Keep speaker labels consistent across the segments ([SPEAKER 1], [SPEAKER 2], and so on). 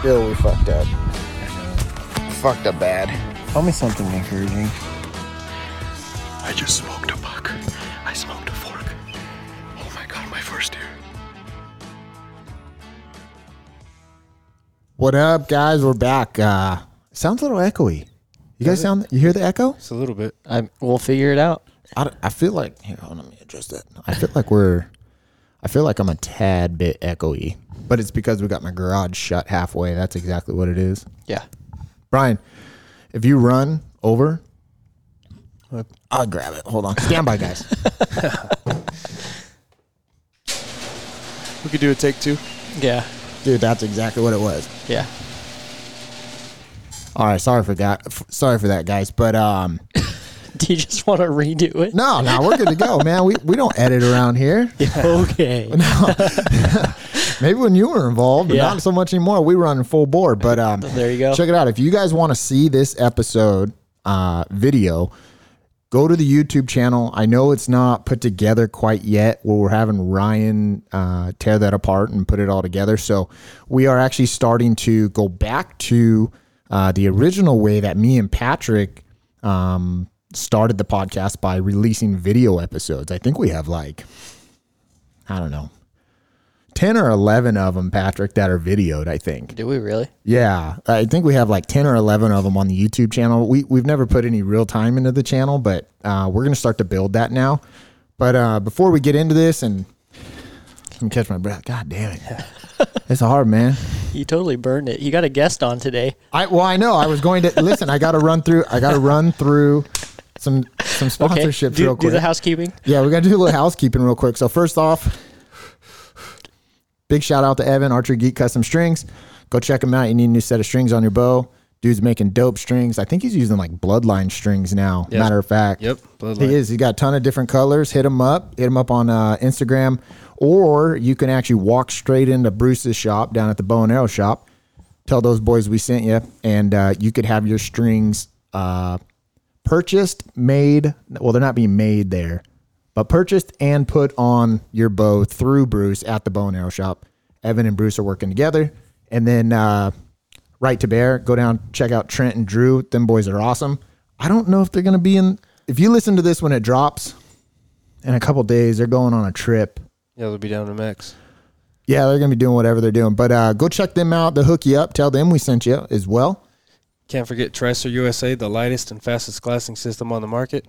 [SPEAKER 1] Still, we fucked up. Fucked up bad. Tell me something encouraging.
[SPEAKER 2] I just smoked a buck. I smoked a fork. Oh my god, my first year.
[SPEAKER 3] What up, guys? We're back. Uh, sounds a little echoey. You guys sound. You hear the echo?
[SPEAKER 4] It's a little bit.
[SPEAKER 1] I, we'll figure it out.
[SPEAKER 3] I, I feel like. Here, hold on, let me adjust that. I feel like we're. I feel like I'm a tad bit echoey, but it's because we got my garage shut halfway. That's exactly what it is.
[SPEAKER 1] Yeah.
[SPEAKER 3] Brian, if you run over, I'll grab it. Hold on. Stand by, guys.
[SPEAKER 4] We could do a take two.
[SPEAKER 1] Yeah.
[SPEAKER 3] Dude, that's exactly what it was.
[SPEAKER 1] Yeah.
[SPEAKER 3] All right. Sorry for that. f- Sorry for that, guys. But um,
[SPEAKER 1] Do you just want to redo it?
[SPEAKER 3] no, no, we're good to go, man. We we don't edit around here.
[SPEAKER 1] Okay.
[SPEAKER 3] Maybe when you were involved, but
[SPEAKER 1] Yeah.
[SPEAKER 3] not so much anymore. We run full board, but um,
[SPEAKER 1] There you go.
[SPEAKER 3] Check it out. If you guys want to see this episode uh, video, go to the YouTube channel. I know it's not put together quite yet. Where we're having Ryan uh, tear that apart and put it all together. So we are actually starting to go back to uh, the original way that me and Patrick um, started the podcast by releasing video episodes. I think we have like I don't know. 10 or 11 of them, Patrick, that are videoed, I think.
[SPEAKER 1] Do we really?
[SPEAKER 3] Yeah. I think we have like 10 or 11 of them on the YouTube channel. We, we've never put any real time into the channel, but uh, we're going to start to build that now. But uh, before we get into this and let me catch my breath. God damn it. It's hard, man.
[SPEAKER 1] You totally burned it. You got a guest on today.
[SPEAKER 3] I well, I know. I was going to listen. I got to run through. I got to run through some some
[SPEAKER 1] Okay.
[SPEAKER 3] sponsorships
[SPEAKER 1] do,
[SPEAKER 3] real
[SPEAKER 1] do
[SPEAKER 3] quick.
[SPEAKER 1] the housekeeping.
[SPEAKER 3] Yeah, we got to do a little housekeeping real quick. So first off, big shout out to Evan Archer Geek Custom Strings. Go check him out. You need a new set of strings on your bow. Dude's making dope strings. I think he's using like bloodline strings now. Matter of fact,
[SPEAKER 4] Yep, Bloodline.
[SPEAKER 3] He is. He got a ton of different colors. Hit him up. Hit him up on uh, Instagram, or you can actually walk straight into Bruce's shop down at the Bow and Arrow shop. Tell those boys we sent you, and uh, you could have your strings uh, purchased, made. Well, they're not being made there, but purchased and put on your bow through Bruce at the Bow and Arrow shop. Evan and Bruce are working together, and then uh, right to bear. Go down, check out Trent and Drew. Them boys are awesome. I don't know if they're gonna be in. If you listen to this when it drops, in a couple days, they're going on a trip.
[SPEAKER 4] Yeah, they'll be down to max.
[SPEAKER 3] Yeah, they're gonna be doing whatever they're doing. But uh, go check them out. They'll hook you up. Tell them we sent you as well.
[SPEAKER 4] Can't forget Tricer USA, the lightest and fastest classing system on the market.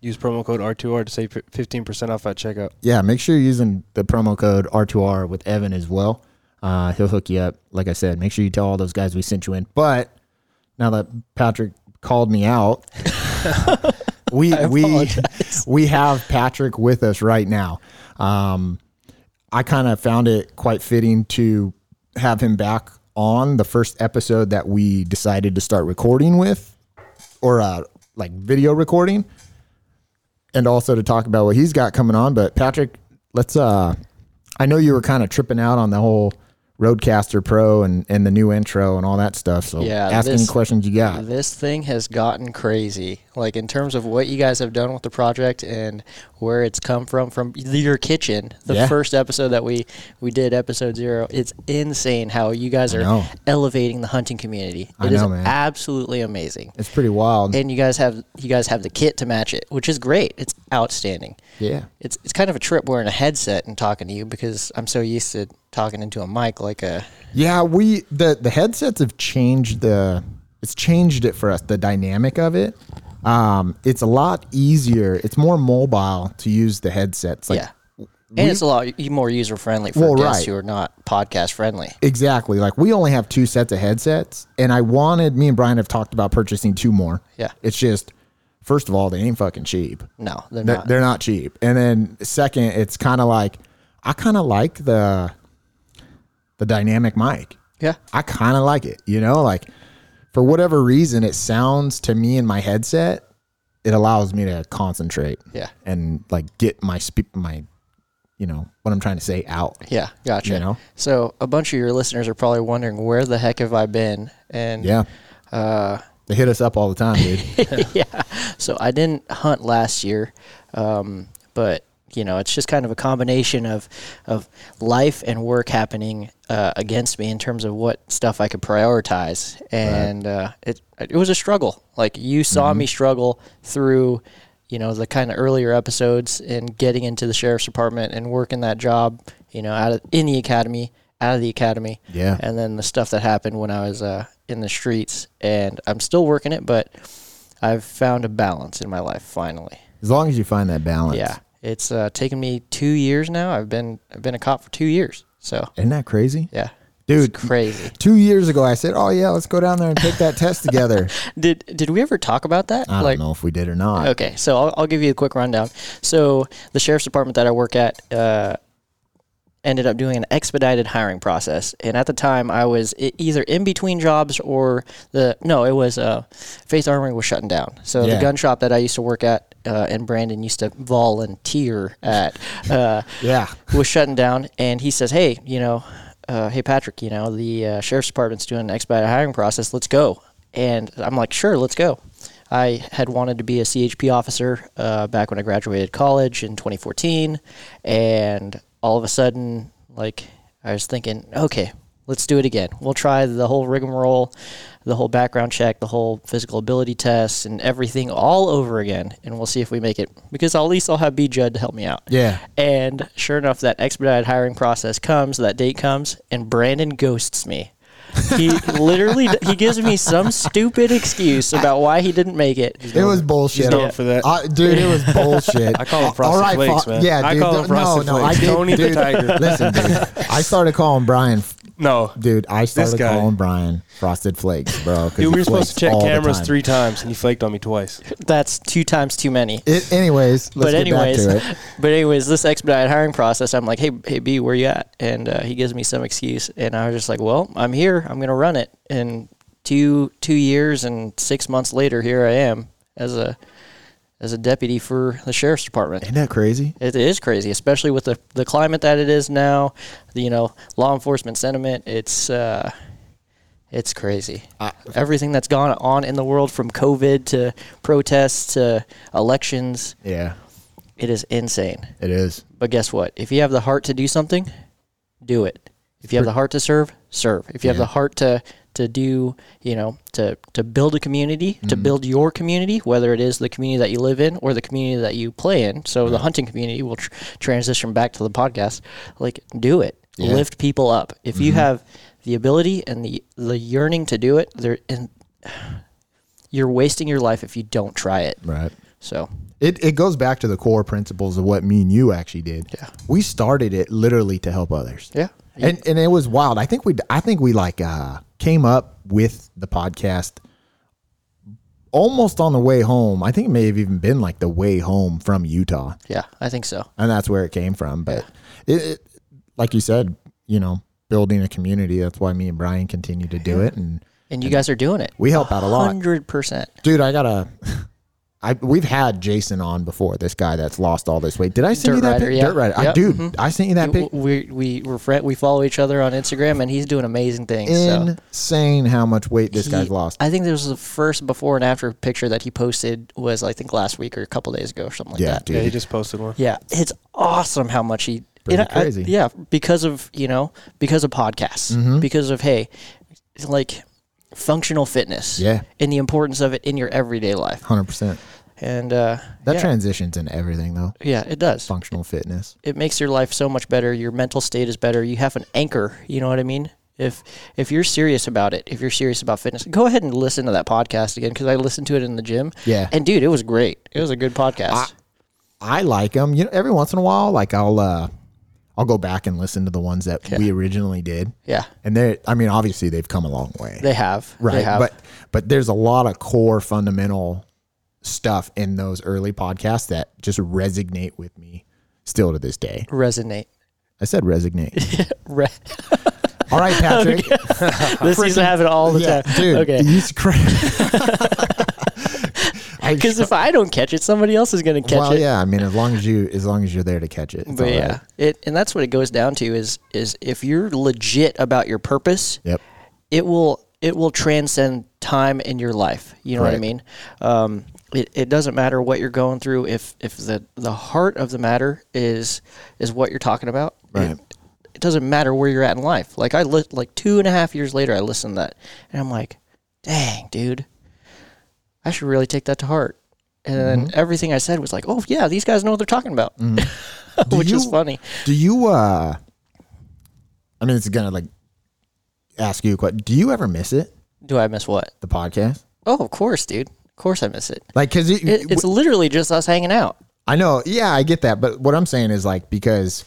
[SPEAKER 4] Use promo code R2R to save fifteen percent off at checkout.
[SPEAKER 3] Yeah, make sure you're using the promo code R2R with Evan as well. Uh, he'll hook you up. Like I said, make sure you tell all those guys we sent you in. But now that Patrick called me out, we we we have Patrick with us right now. Um, I kind of found it quite fitting to have him back on the first episode that we decided to start recording with, or uh, like video recording, and also to talk about what he's got coming on. But Patrick, let's. Uh, I know you were kind of tripping out on the whole Roadcaster Pro and and the new intro and all that stuff. So
[SPEAKER 1] Yeah,
[SPEAKER 3] ask any
[SPEAKER 1] this-
[SPEAKER 3] questions you got.
[SPEAKER 1] This thing has gotten crazy. Like in terms of what you guys have done with the project and where it's come from from your kitchen. The
[SPEAKER 3] Yeah.
[SPEAKER 1] first episode that we we did episode 0, it's insane how you guys
[SPEAKER 3] know.
[SPEAKER 1] are elevating the hunting community.
[SPEAKER 3] I
[SPEAKER 1] It is
[SPEAKER 3] know, man.
[SPEAKER 1] absolutely amazing.
[SPEAKER 3] It's pretty wild.
[SPEAKER 1] And you guys have you guys have the kit to match it, which is great. It's outstanding.
[SPEAKER 3] yeah.
[SPEAKER 1] It's it's kind of a trip wearing a headset and talking to you because I'm so used to talking into a mic like a
[SPEAKER 3] Yeah, we the the headsets have changed the it's changed it for us the dynamic of it. Um, it's a lot easier. It's more mobile to use the headsets. Like
[SPEAKER 1] yeah. And it's a lot y- more user friendly for
[SPEAKER 3] Well,
[SPEAKER 1] guests
[SPEAKER 3] right.
[SPEAKER 1] who are not podcast friendly.
[SPEAKER 3] exactly. Like we only have two sets of headsets, and I wanted me and Brian have talked about purchasing two more.
[SPEAKER 1] Yeah.
[SPEAKER 3] it's just first of all they ain't fucking cheap.
[SPEAKER 1] No, they're
[SPEAKER 3] they're,
[SPEAKER 1] not.
[SPEAKER 3] they're not cheap. And then second, it's kind of like I kind of like the the dynamic mic.
[SPEAKER 1] Yeah.
[SPEAKER 3] I kind of like it. You know, like for whatever reason, it sounds to me in my headset. It allows me to concentrate.
[SPEAKER 1] Yeah.
[SPEAKER 3] and like get my spe- my you know what I'm trying to say out.
[SPEAKER 1] Yeah, gotcha.
[SPEAKER 3] You know?
[SPEAKER 1] So a bunch of your listeners are probably wondering where the heck have I been? And
[SPEAKER 3] Yeah.
[SPEAKER 1] Uh,
[SPEAKER 3] they hit us up all the time, dude.
[SPEAKER 1] yeah. So I didn't hunt last year, um, but you know, it's just kind of a combination of of life and work happening uh, against me in terms of what stuff I could prioritize, and uh, it it was a struggle. Like you saw me struggle through, you know, the kind of earlier episodes and getting into the sheriff's department and working that job, you know, out of in the academy, out of the academy,
[SPEAKER 3] Yeah.
[SPEAKER 1] and then the stuff that happened when I was uh, in the streets, and I'm still working it, but I've found a balance in my life finally.
[SPEAKER 3] As long as you find that balance.
[SPEAKER 1] Yeah, it's uh, taken me two years now. I've been I've been a cop for two years. So
[SPEAKER 3] Isn't that crazy?
[SPEAKER 1] yeah,
[SPEAKER 3] Dude.
[SPEAKER 1] it's crazy.
[SPEAKER 3] Two years ago, I said, "Oh yeah, let's go down there and take that test together."
[SPEAKER 1] Did did we ever talk about that?
[SPEAKER 3] I don't know if we did or not.
[SPEAKER 1] Okay, so I'll, I'll give you a quick rundown. So the sheriff's department that I work at uh, ended up doing an expedited hiring process, and at the time I was e- either in between jobs or the no, it was uh, Faith Armory was shutting down. So
[SPEAKER 3] Yeah.
[SPEAKER 1] the gun shop that I used to work at uh, and Brandon used to volunteer at. Uh,
[SPEAKER 3] Yeah.
[SPEAKER 1] was shutting down, and he says, "Hey, you know, uh, hey Patrick, you know, the uh, sheriff's department's doing an expedited hiring process. Let's go." And I'm like, "Sure, let's go." I had wanted to be a CHP officer uh, back when I graduated college in 2014, and all of a sudden, like, I was thinking, "Okay, let's do it again. We'll try the whole rigmarole, the whole background check, the whole physical ability test, and everything all over again, and we'll see if we make it. Because at least I'll have B Judd to help me out."
[SPEAKER 3] Yeah.
[SPEAKER 1] And sure enough, that expedited hiring process comes, that date comes, and Brandon ghosts me. He literally he gives me some stupid excuse about why he didn't make it.
[SPEAKER 3] It was bullshit.
[SPEAKER 4] known for that.
[SPEAKER 3] I- dude, it was bullshit.
[SPEAKER 4] I call him Frosted Flakes,
[SPEAKER 3] Fo-
[SPEAKER 4] man.
[SPEAKER 3] Yeah,
[SPEAKER 4] I
[SPEAKER 3] dude.
[SPEAKER 4] call him
[SPEAKER 3] th-
[SPEAKER 4] Frosted
[SPEAKER 3] no, no,
[SPEAKER 4] Flakes.
[SPEAKER 3] I did,
[SPEAKER 4] Tony the
[SPEAKER 3] dude,
[SPEAKER 4] Tiger.
[SPEAKER 3] Listen, dude, I started calling Brian, F-
[SPEAKER 4] No.
[SPEAKER 3] dude. I started
[SPEAKER 4] guy.
[SPEAKER 3] calling Brian Frosted Flakes, bro. 'cause
[SPEAKER 4] Dude,
[SPEAKER 3] he
[SPEAKER 4] we were supposed to
[SPEAKER 3] flakes
[SPEAKER 4] check
[SPEAKER 3] all the
[SPEAKER 4] cameras
[SPEAKER 3] time.
[SPEAKER 4] three times, and you flaked on me twice.
[SPEAKER 1] That's two times too many.
[SPEAKER 3] It, anyways, let's
[SPEAKER 1] but
[SPEAKER 3] get
[SPEAKER 1] anyways,
[SPEAKER 3] back to it.
[SPEAKER 1] but anyways, this expedited hiring process, I'm like, hey, hey, B, where you at? And uh, he gives me some excuse, and I was just like, well, I'm here. I'm gonna run it. And two two years and six months later, here I am as a as a deputy for the sheriff's department.
[SPEAKER 3] Isn't that crazy?
[SPEAKER 1] It is crazy, especially with the, the climate that it is now. the, You know, law enforcement sentiment. It's uh, it's crazy. Everything that's gone on in the world, from COVID to protests to elections,
[SPEAKER 3] Yeah,
[SPEAKER 1] it is insane.
[SPEAKER 3] it is.
[SPEAKER 1] But guess what? If you have the heart to do something, do it. If you have the heart to serve, serve. If you have
[SPEAKER 3] Yeah.
[SPEAKER 1] the heart to to do, you know, to to build a community, to
[SPEAKER 3] Mm-hmm.
[SPEAKER 1] build your community, whether it is the community that you live in or the community that you play in. So the hunting community will tr- transition back to the podcast. Like, do it.
[SPEAKER 3] Yeah. Mm-hmm.
[SPEAKER 1] Lift people up. If you have the ability and the the yearning to do it, there and you're wasting your life if you don't try it.
[SPEAKER 3] Right.
[SPEAKER 1] So
[SPEAKER 3] It it goes back to the core principles of what me and you actually did.
[SPEAKER 1] Yeah.
[SPEAKER 3] We started it literally to help others.
[SPEAKER 1] yeah,
[SPEAKER 3] and and it was wild. I think we I think we like uh, came up with the podcast almost on the way home. I think it may have even been like the way home from Utah,
[SPEAKER 1] yeah, I think so.
[SPEAKER 3] and that's where it came from. But it, it, like you said, you know, building a community. That's why me and Brian continue to do it, and
[SPEAKER 1] And you guys are doing it.
[SPEAKER 3] we help out a lot
[SPEAKER 1] Hundred percent.
[SPEAKER 3] dude i gotta I, we've had Jason on before. This guy that's lost all this weight. Did I send
[SPEAKER 1] Dirt
[SPEAKER 3] you that
[SPEAKER 1] Rider,
[SPEAKER 3] pic?
[SPEAKER 1] yeah.
[SPEAKER 3] Dirt Rider. I,
[SPEAKER 1] Yep, Mm-hmm.
[SPEAKER 3] dude, I sent you that pic.
[SPEAKER 1] We we we're friend, we follow each other on Instagram, and he's doing amazing things. so.
[SPEAKER 3] Insane how much weight this
[SPEAKER 1] He-
[SPEAKER 3] guy's lost.
[SPEAKER 1] I think there was the first before and after picture that he posted was I think last week or a couple days ago or something like
[SPEAKER 3] yeah,
[SPEAKER 1] that.
[SPEAKER 3] dude.
[SPEAKER 4] Yeah, he just posted one.
[SPEAKER 1] Yeah, it's awesome how much he.
[SPEAKER 3] Pretty
[SPEAKER 1] and I- I-
[SPEAKER 3] crazy. Mm-hmm.
[SPEAKER 1] yeah, because of you know because of podcasts, because of hey, like functional fitness.
[SPEAKER 3] Yeah.
[SPEAKER 1] and the importance of it in your everyday life,
[SPEAKER 3] Hundred percent.
[SPEAKER 1] and uh,
[SPEAKER 3] That
[SPEAKER 1] yeah,
[SPEAKER 3] transitions in everything though.
[SPEAKER 1] yeah, it does.
[SPEAKER 3] Functional fitness.
[SPEAKER 1] it makes your life so much better. Your mental state is better. You have an anchor. You know what I mean? If if you're serious about it, if you're serious about fitness, go ahead and listen to that podcast again because I listened to it in the gym.
[SPEAKER 3] Yeah.
[SPEAKER 1] And dude, it was great. It was a good podcast.
[SPEAKER 3] I like them. You know, every once in a while, like I'll uh, I'll go back and listen to the ones that we originally did.
[SPEAKER 1] yeah,
[SPEAKER 3] And they, I mean, obviously they've come a long way.
[SPEAKER 1] they have.
[SPEAKER 3] right
[SPEAKER 1] They have.
[SPEAKER 3] but but there's a lot of core fundamental stuff in those early podcasts that just resonate with me still to this day
[SPEAKER 1] resonate.
[SPEAKER 3] i said resonate
[SPEAKER 1] Re-
[SPEAKER 3] all right patrick
[SPEAKER 1] this used to happen all the
[SPEAKER 3] yeah
[SPEAKER 1] time.
[SPEAKER 3] dude
[SPEAKER 1] okay.
[SPEAKER 3] he's cra- I-
[SPEAKER 1] Because if I don't catch it, somebody else is going to catch
[SPEAKER 3] well
[SPEAKER 1] it.
[SPEAKER 3] yeah i mean as long as you as long as you're there to catch it it's
[SPEAKER 1] But
[SPEAKER 3] all right.
[SPEAKER 1] yeah, it and that's what it goes down to is is if you're legit about your purpose,
[SPEAKER 3] yep
[SPEAKER 1] it will it will transcend time in your life. You know what I
[SPEAKER 3] Right.
[SPEAKER 1] mean? Um, it, it doesn't matter what you're going through. If if the the heart of the matter is is what you're talking about,
[SPEAKER 3] Right.
[SPEAKER 1] It, it doesn't matter where you're at in life. Like I li- like two and a half years later, I listened to that, and I'm like, dang, dude, I should really take that to heart. And then
[SPEAKER 3] Mm-hmm.
[SPEAKER 1] everything I said was like, oh yeah, these guys know what they're talking about, which is
[SPEAKER 3] you-
[SPEAKER 1] funny.
[SPEAKER 3] Mm-hmm. Do you? uh I mean, it's gonna like ask you a question. Do you ever miss it?
[SPEAKER 1] Do I miss what?
[SPEAKER 3] The podcast,
[SPEAKER 1] Oh, of course, dude. Of course, I miss it.
[SPEAKER 3] like, cause it,
[SPEAKER 1] it it's literally just us hanging out.
[SPEAKER 3] I know. Yeah, I get that. But what I'm saying is like because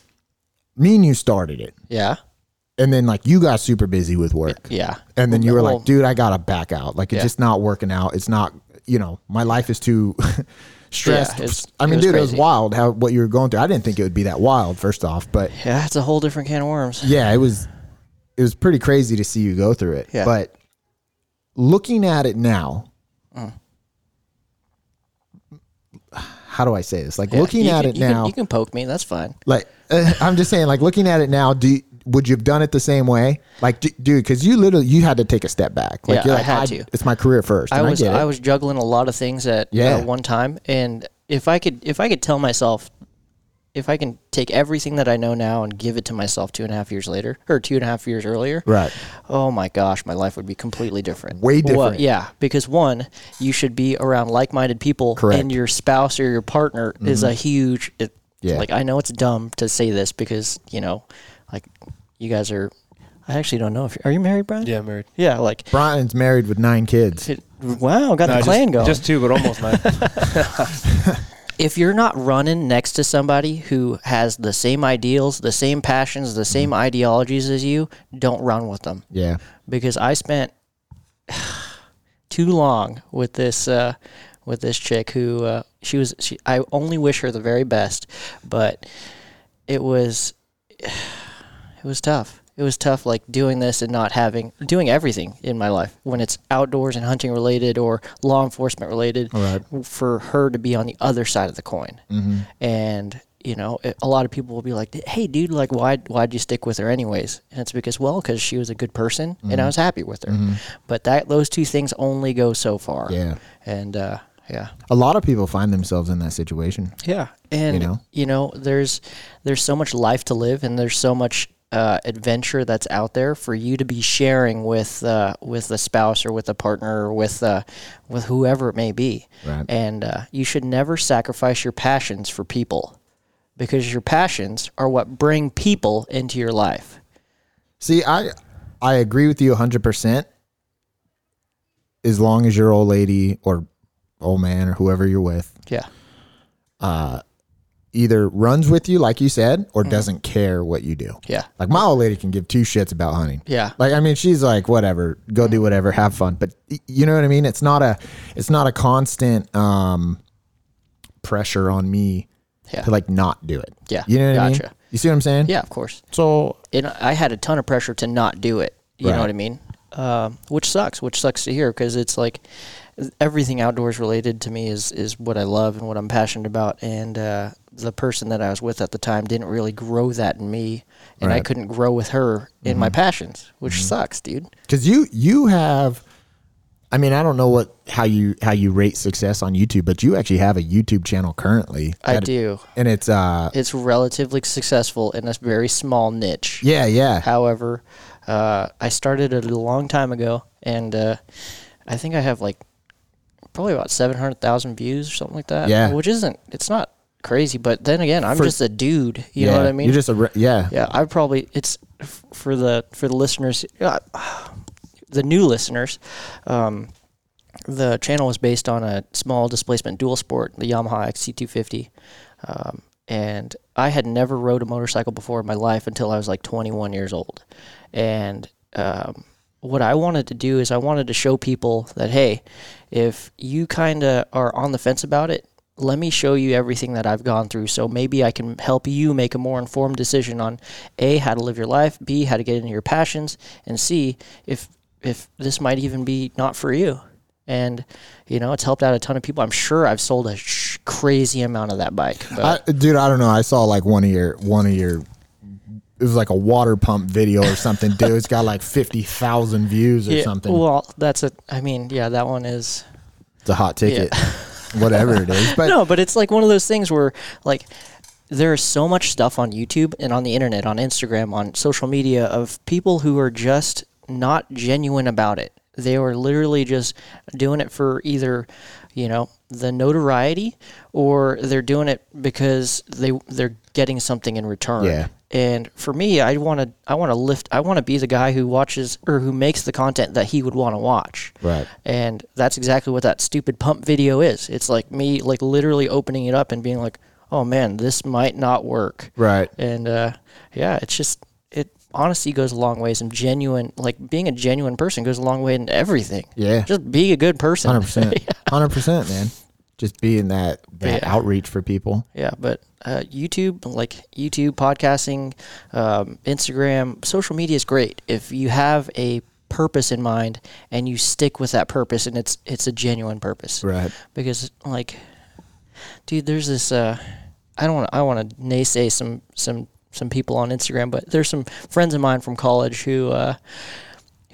[SPEAKER 3] me and you started it,
[SPEAKER 1] Yeah.
[SPEAKER 3] and then like you got super busy with work.
[SPEAKER 1] Yeah.
[SPEAKER 3] And then you were
[SPEAKER 1] Well-
[SPEAKER 3] like, dude, I gotta back out. Like it's
[SPEAKER 1] Yeah.
[SPEAKER 3] just not working out. It's not, you know, my life is too stressed.
[SPEAKER 1] it's-
[SPEAKER 3] I
[SPEAKER 1] it
[SPEAKER 3] mean,
[SPEAKER 1] was
[SPEAKER 3] dude, it was
[SPEAKER 1] crazy.
[SPEAKER 3] wild how what you were going through. I didn't think it would be that wild, first off, but
[SPEAKER 1] Yeah, it's a whole different can of worms.
[SPEAKER 3] yeah, it was it was pretty crazy to see you go through it.
[SPEAKER 1] Yeah.
[SPEAKER 3] But looking at it now, how do I say this? Like
[SPEAKER 1] Yeah,
[SPEAKER 3] looking
[SPEAKER 1] you
[SPEAKER 3] at
[SPEAKER 1] can-
[SPEAKER 3] it
[SPEAKER 1] you can-
[SPEAKER 3] now,
[SPEAKER 1] you can poke me. That's fine.
[SPEAKER 3] like uh, I'm just saying, like looking at it now, do you- would you have done it the same way? Like, d- dude, because you literally you had to take a step back. Like,
[SPEAKER 1] Yeah,
[SPEAKER 3] you're
[SPEAKER 1] I
[SPEAKER 3] like,
[SPEAKER 1] had to.
[SPEAKER 3] It's my career first.
[SPEAKER 1] I
[SPEAKER 3] and
[SPEAKER 1] was
[SPEAKER 3] I, get
[SPEAKER 1] I,
[SPEAKER 3] it.
[SPEAKER 1] was juggling a lot of things at,
[SPEAKER 3] Yeah.
[SPEAKER 1] at one time, and if I could if I could tell myself, if I can take everything that I know now and give it to myself two and a half years later or two and a half years earlier,
[SPEAKER 3] right.
[SPEAKER 1] Oh my gosh, my life would be completely different.
[SPEAKER 3] Way
[SPEAKER 1] Well,
[SPEAKER 3] different.
[SPEAKER 1] yeah, because one, you should be around like-minded people,
[SPEAKER 3] Correct. Mm-hmm.
[SPEAKER 1] and your spouse or your partner is a huge. It,
[SPEAKER 3] Yeah.
[SPEAKER 1] Like I know it's dumb to say this because you know, like you guys are. I actually don't know if are you married, Brian?
[SPEAKER 4] Yeah, married.
[SPEAKER 1] Yeah, like.
[SPEAKER 3] Brian's married with nine kids.
[SPEAKER 1] It, wow, got
[SPEAKER 4] No,
[SPEAKER 1] the clan
[SPEAKER 4] just,
[SPEAKER 1] going.
[SPEAKER 4] Just two, but almost nine.
[SPEAKER 1] if you're not running next to somebody who has the same ideals, the same passions, the same
[SPEAKER 3] Mm-hmm.
[SPEAKER 1] ideologies as you, don't run with them.
[SPEAKER 3] Yeah.
[SPEAKER 1] because I spent too long with this uh, with this chick who uh, she was. She, I only wish her the very best, but it was it was tough. It was tough, like doing this and not having doing everything in my life when it's outdoors and hunting related or law enforcement related. For her to be on the other side of the coin, and you know, it, a lot of people will be like, "Hey, dude, like, why why'd you stick with her anyways?" And it's because, well, because she was a good person and I was happy with her. But that those two things only go so far.
[SPEAKER 3] Yeah.
[SPEAKER 1] and uh, yeah,
[SPEAKER 3] A lot of people find themselves in that situation.
[SPEAKER 1] yeah, and
[SPEAKER 3] You know?
[SPEAKER 1] there's there's so much life to live, and there's so much uh, adventure that's out there for you to be sharing with uh, with a spouse or with a partner or with uh, with whoever it may be.
[SPEAKER 3] Right.
[SPEAKER 1] And uh, you should never sacrifice your passions for people, because your passions are what bring people into your life.
[SPEAKER 3] See, I I agree with you 100%. As long as your old lady or old man or whoever you're with
[SPEAKER 1] Yeah,
[SPEAKER 3] either runs with you, like you said, or doesn't care what you do.
[SPEAKER 1] Mm. yeah,
[SPEAKER 3] Like my old lady can give two shits about hunting.
[SPEAKER 1] Yeah. Mm.
[SPEAKER 3] Like I mean, she's like, whatever, go do whatever, have fun. But y- you know what I mean? It's not a, it's not a constant um, pressure on me
[SPEAKER 1] Yeah.
[SPEAKER 3] to like not do it.
[SPEAKER 1] Yeah.
[SPEAKER 3] You know what I mean?
[SPEAKER 1] Gotcha.
[SPEAKER 3] You see what I'm saying?
[SPEAKER 1] yeah. Of course.
[SPEAKER 3] So
[SPEAKER 1] and I had a ton of pressure to not do it. You
[SPEAKER 3] Right.
[SPEAKER 1] know what I mean? Um, which sucks. Which sucks to hear because it's like everything outdoors related to me is is what I love and what I'm passionate about. And uh, the person that I was with at the time didn't really grow that in me, and I
[SPEAKER 3] Right. Mm-hmm.
[SPEAKER 1] couldn't grow with her in my passions, which sucks, dude.
[SPEAKER 3] because you you have, I mean, I don't know what how you how you rate success on YouTube, but you actually have a YouTube channel currently.
[SPEAKER 1] I
[SPEAKER 3] That-
[SPEAKER 1] do.
[SPEAKER 3] and it's uh
[SPEAKER 1] It's relatively successful in a very small niche.
[SPEAKER 3] yeah yeah
[SPEAKER 1] However, uh, I started it a long time ago, and uh, I think I have like probably about seven hundred thousand views or something like that.
[SPEAKER 3] Yeah.
[SPEAKER 1] which isn't it's not crazy, but then again, I'm
[SPEAKER 3] For-
[SPEAKER 1] just a dude. You know
[SPEAKER 3] Yeah.
[SPEAKER 1] what I mean?
[SPEAKER 3] You're just a re- yeah
[SPEAKER 1] yeah. I probably it's f- for the for the listeners, uh, the new listeners. Um, the channel was based on a small displacement dual sport, the Yamaha XC250. Um, and I had never rode a motorcycle before in my life until I was like 21 years old. And um, what I wanted to do is I wanted to show people that, hey, if you kind of are on the fence about it, let me show you everything that I've gone through so maybe I can help you make a more informed decision on A, how to live your life, B, how to get into your passions, and C, if if this might even be not for you and you know it's helped out a ton of people. I'm sure I've sold a sh- crazy amount of that bike. But
[SPEAKER 3] I, dude, I don't know. I saw like one of your one of your it was like a water pump video or something, dude. It's got like fifty thousand views or
[SPEAKER 1] Yeah,
[SPEAKER 3] something.
[SPEAKER 1] Well, that's a. I mean, yeah, that one is.
[SPEAKER 3] it's a hot ticket, whatever it is. But
[SPEAKER 1] no, but it's like one of those things where like there is so much stuff on YouTube and on the internet, on Instagram, on social media of people who are just not genuine about it. They were literally just doing it for either, you know, the notoriety or they're doing it because they they're getting something in return.
[SPEAKER 3] Yeah.
[SPEAKER 1] And for me, I want to I want to lift I want to be the guy who watches or who makes the content that he would want to watch.
[SPEAKER 3] Right.
[SPEAKER 1] And that's exactly what that stupid pump video is. It's like me like literally opening it up and being like, "Oh man, this might not work."
[SPEAKER 3] right,
[SPEAKER 1] And uh yeah, it's just it honesty goes a long ways and genuine like being a genuine person goes a long way in everything.
[SPEAKER 3] Yeah.
[SPEAKER 1] Just be a good person.
[SPEAKER 3] hundred percent, hundred percent, man. Just being that that
[SPEAKER 1] Yeah.
[SPEAKER 3] outreach for people.
[SPEAKER 1] Yeah, but uh, YouTube, like YouTube, podcasting, um, Instagram, social media is great if you have a purpose in mind and you stick with that purpose and it's it's a genuine purpose.
[SPEAKER 3] Right.
[SPEAKER 1] Because like, dude, there's this. Uh, I don't. Wanna, I want to naysay some some some people on Instagram, but there's some friends of mine from college who uh,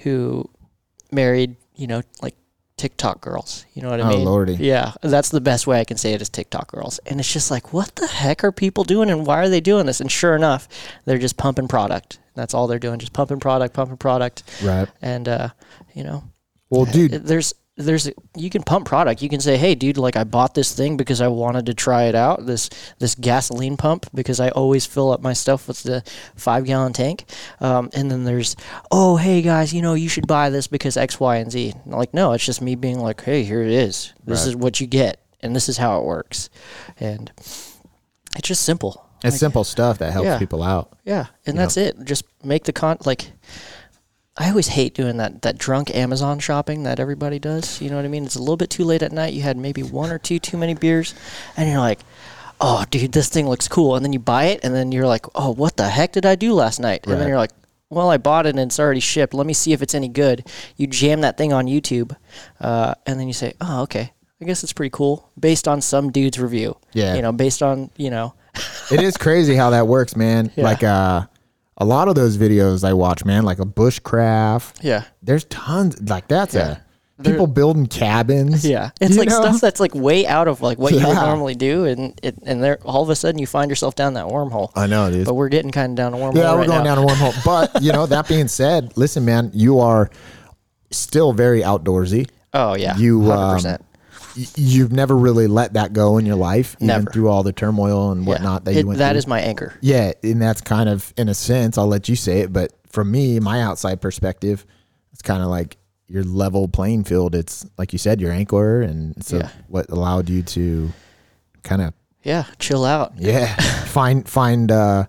[SPEAKER 1] who married, you know, like TikTok girls. You know what I
[SPEAKER 3] Oh,
[SPEAKER 1] mean?
[SPEAKER 3] lordy.
[SPEAKER 1] Yeah, that's the best way I can say it is TikTok girls. And it's just like, what the heck are people doing and why are they doing this? And sure enough, they're just pumping product. That's all they're doing, just pumping product, pumping product.
[SPEAKER 3] Right.
[SPEAKER 1] And uh, you know,
[SPEAKER 3] Well, dude,
[SPEAKER 1] there's there's you can pump product. You can say, "Hey, dude, like I bought this thing because I wanted to try it out. This this gasoline pump because I always fill up my stuff with the five gallon tank." Um, and then there's, "Oh, hey guys, you know you should buy this because X, Y, and Z." And, like, no, it's just me being like, "Hey, here it is. This is what you get, and this is how it works," and it's just simple.
[SPEAKER 3] it's simple stuff that helps
[SPEAKER 1] Yeah.
[SPEAKER 3] people out.
[SPEAKER 1] Yeah, and that's it. Just make the con like. I always hate doing that that drunk Amazon shopping that everybody does. You know what I mean? It's a little bit too late at night. You had maybe one or two too many beers, and you're like, "Oh, dude, this thing looks cool." And then you buy it, and then you're like, "Oh, what the heck did I do last night?" And
[SPEAKER 3] Right.
[SPEAKER 1] then you're like, "Well, I bought it and it's already shipped. Let me see if it's any good." You jam that thing on YouTube, uh, and then you say, "Oh, okay, I guess it's pretty cool," based on some dude's review.
[SPEAKER 3] Yeah.
[SPEAKER 1] you know, based on you know,
[SPEAKER 3] it is crazy how that works, man. Like uh, a lot of those videos I watch, man, like a bushcraft.
[SPEAKER 1] yeah.
[SPEAKER 3] There's tons like that's a people building cabins.
[SPEAKER 1] Yeah, it's
[SPEAKER 3] You
[SPEAKER 1] like
[SPEAKER 3] know?
[SPEAKER 1] stuff that's like way out of like what you would
[SPEAKER 3] Yeah.
[SPEAKER 1] normally do, and it and there all of a sudden you find yourself down that wormhole.
[SPEAKER 3] I know, dude.
[SPEAKER 1] but we're getting kind of down a wormhole.
[SPEAKER 3] Yeah, we're
[SPEAKER 1] right
[SPEAKER 3] going
[SPEAKER 1] now.
[SPEAKER 3] down a wormhole. But you know, that being said, listen, man, you are still very outdoorsy.
[SPEAKER 1] Oh yeah,
[SPEAKER 3] You,
[SPEAKER 1] hundred
[SPEAKER 3] um,
[SPEAKER 1] percent.
[SPEAKER 3] Y- You've never really let that go in your life, even
[SPEAKER 1] Never.
[SPEAKER 3] through all the turmoil and whatnot that you went
[SPEAKER 1] That
[SPEAKER 3] through.
[SPEAKER 1] is my anchor.
[SPEAKER 3] yeah, and that's kind of in a sense, I'll let you say it, but from me, my outside perspective, it's kind of like your level playing field. It's like you said, your anchor, and so
[SPEAKER 1] Yeah.
[SPEAKER 3] what allowed you to kind of
[SPEAKER 1] Yeah, chill out.
[SPEAKER 3] yeah find find uh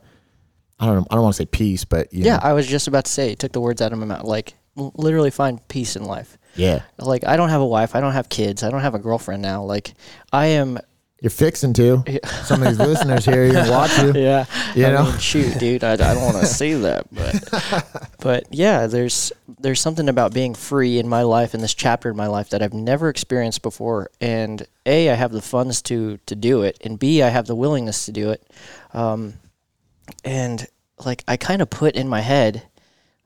[SPEAKER 3] I don't know, I don't want to say peace, but you
[SPEAKER 1] Yeah,
[SPEAKER 3] know,
[SPEAKER 1] I was just about to say, took the words out of my mouth. Like l- literally, find peace in life.
[SPEAKER 3] yeah,
[SPEAKER 1] Like I don't have a wife, I don't have kids, I don't have a girlfriend now. Like I am.
[SPEAKER 3] You're fixing to. Some of these listeners here, you can watch you.
[SPEAKER 1] Yeah,
[SPEAKER 3] You
[SPEAKER 1] I
[SPEAKER 3] know?
[SPEAKER 1] mean, shoot, dude, I, I don't want to say that, but but yeah, there's there's something about being free in my life in this chapter in my life that I've never experienced before, and a I have the funds to to do it, and b I have the willingness to do it, um, and like I kind of put in my head,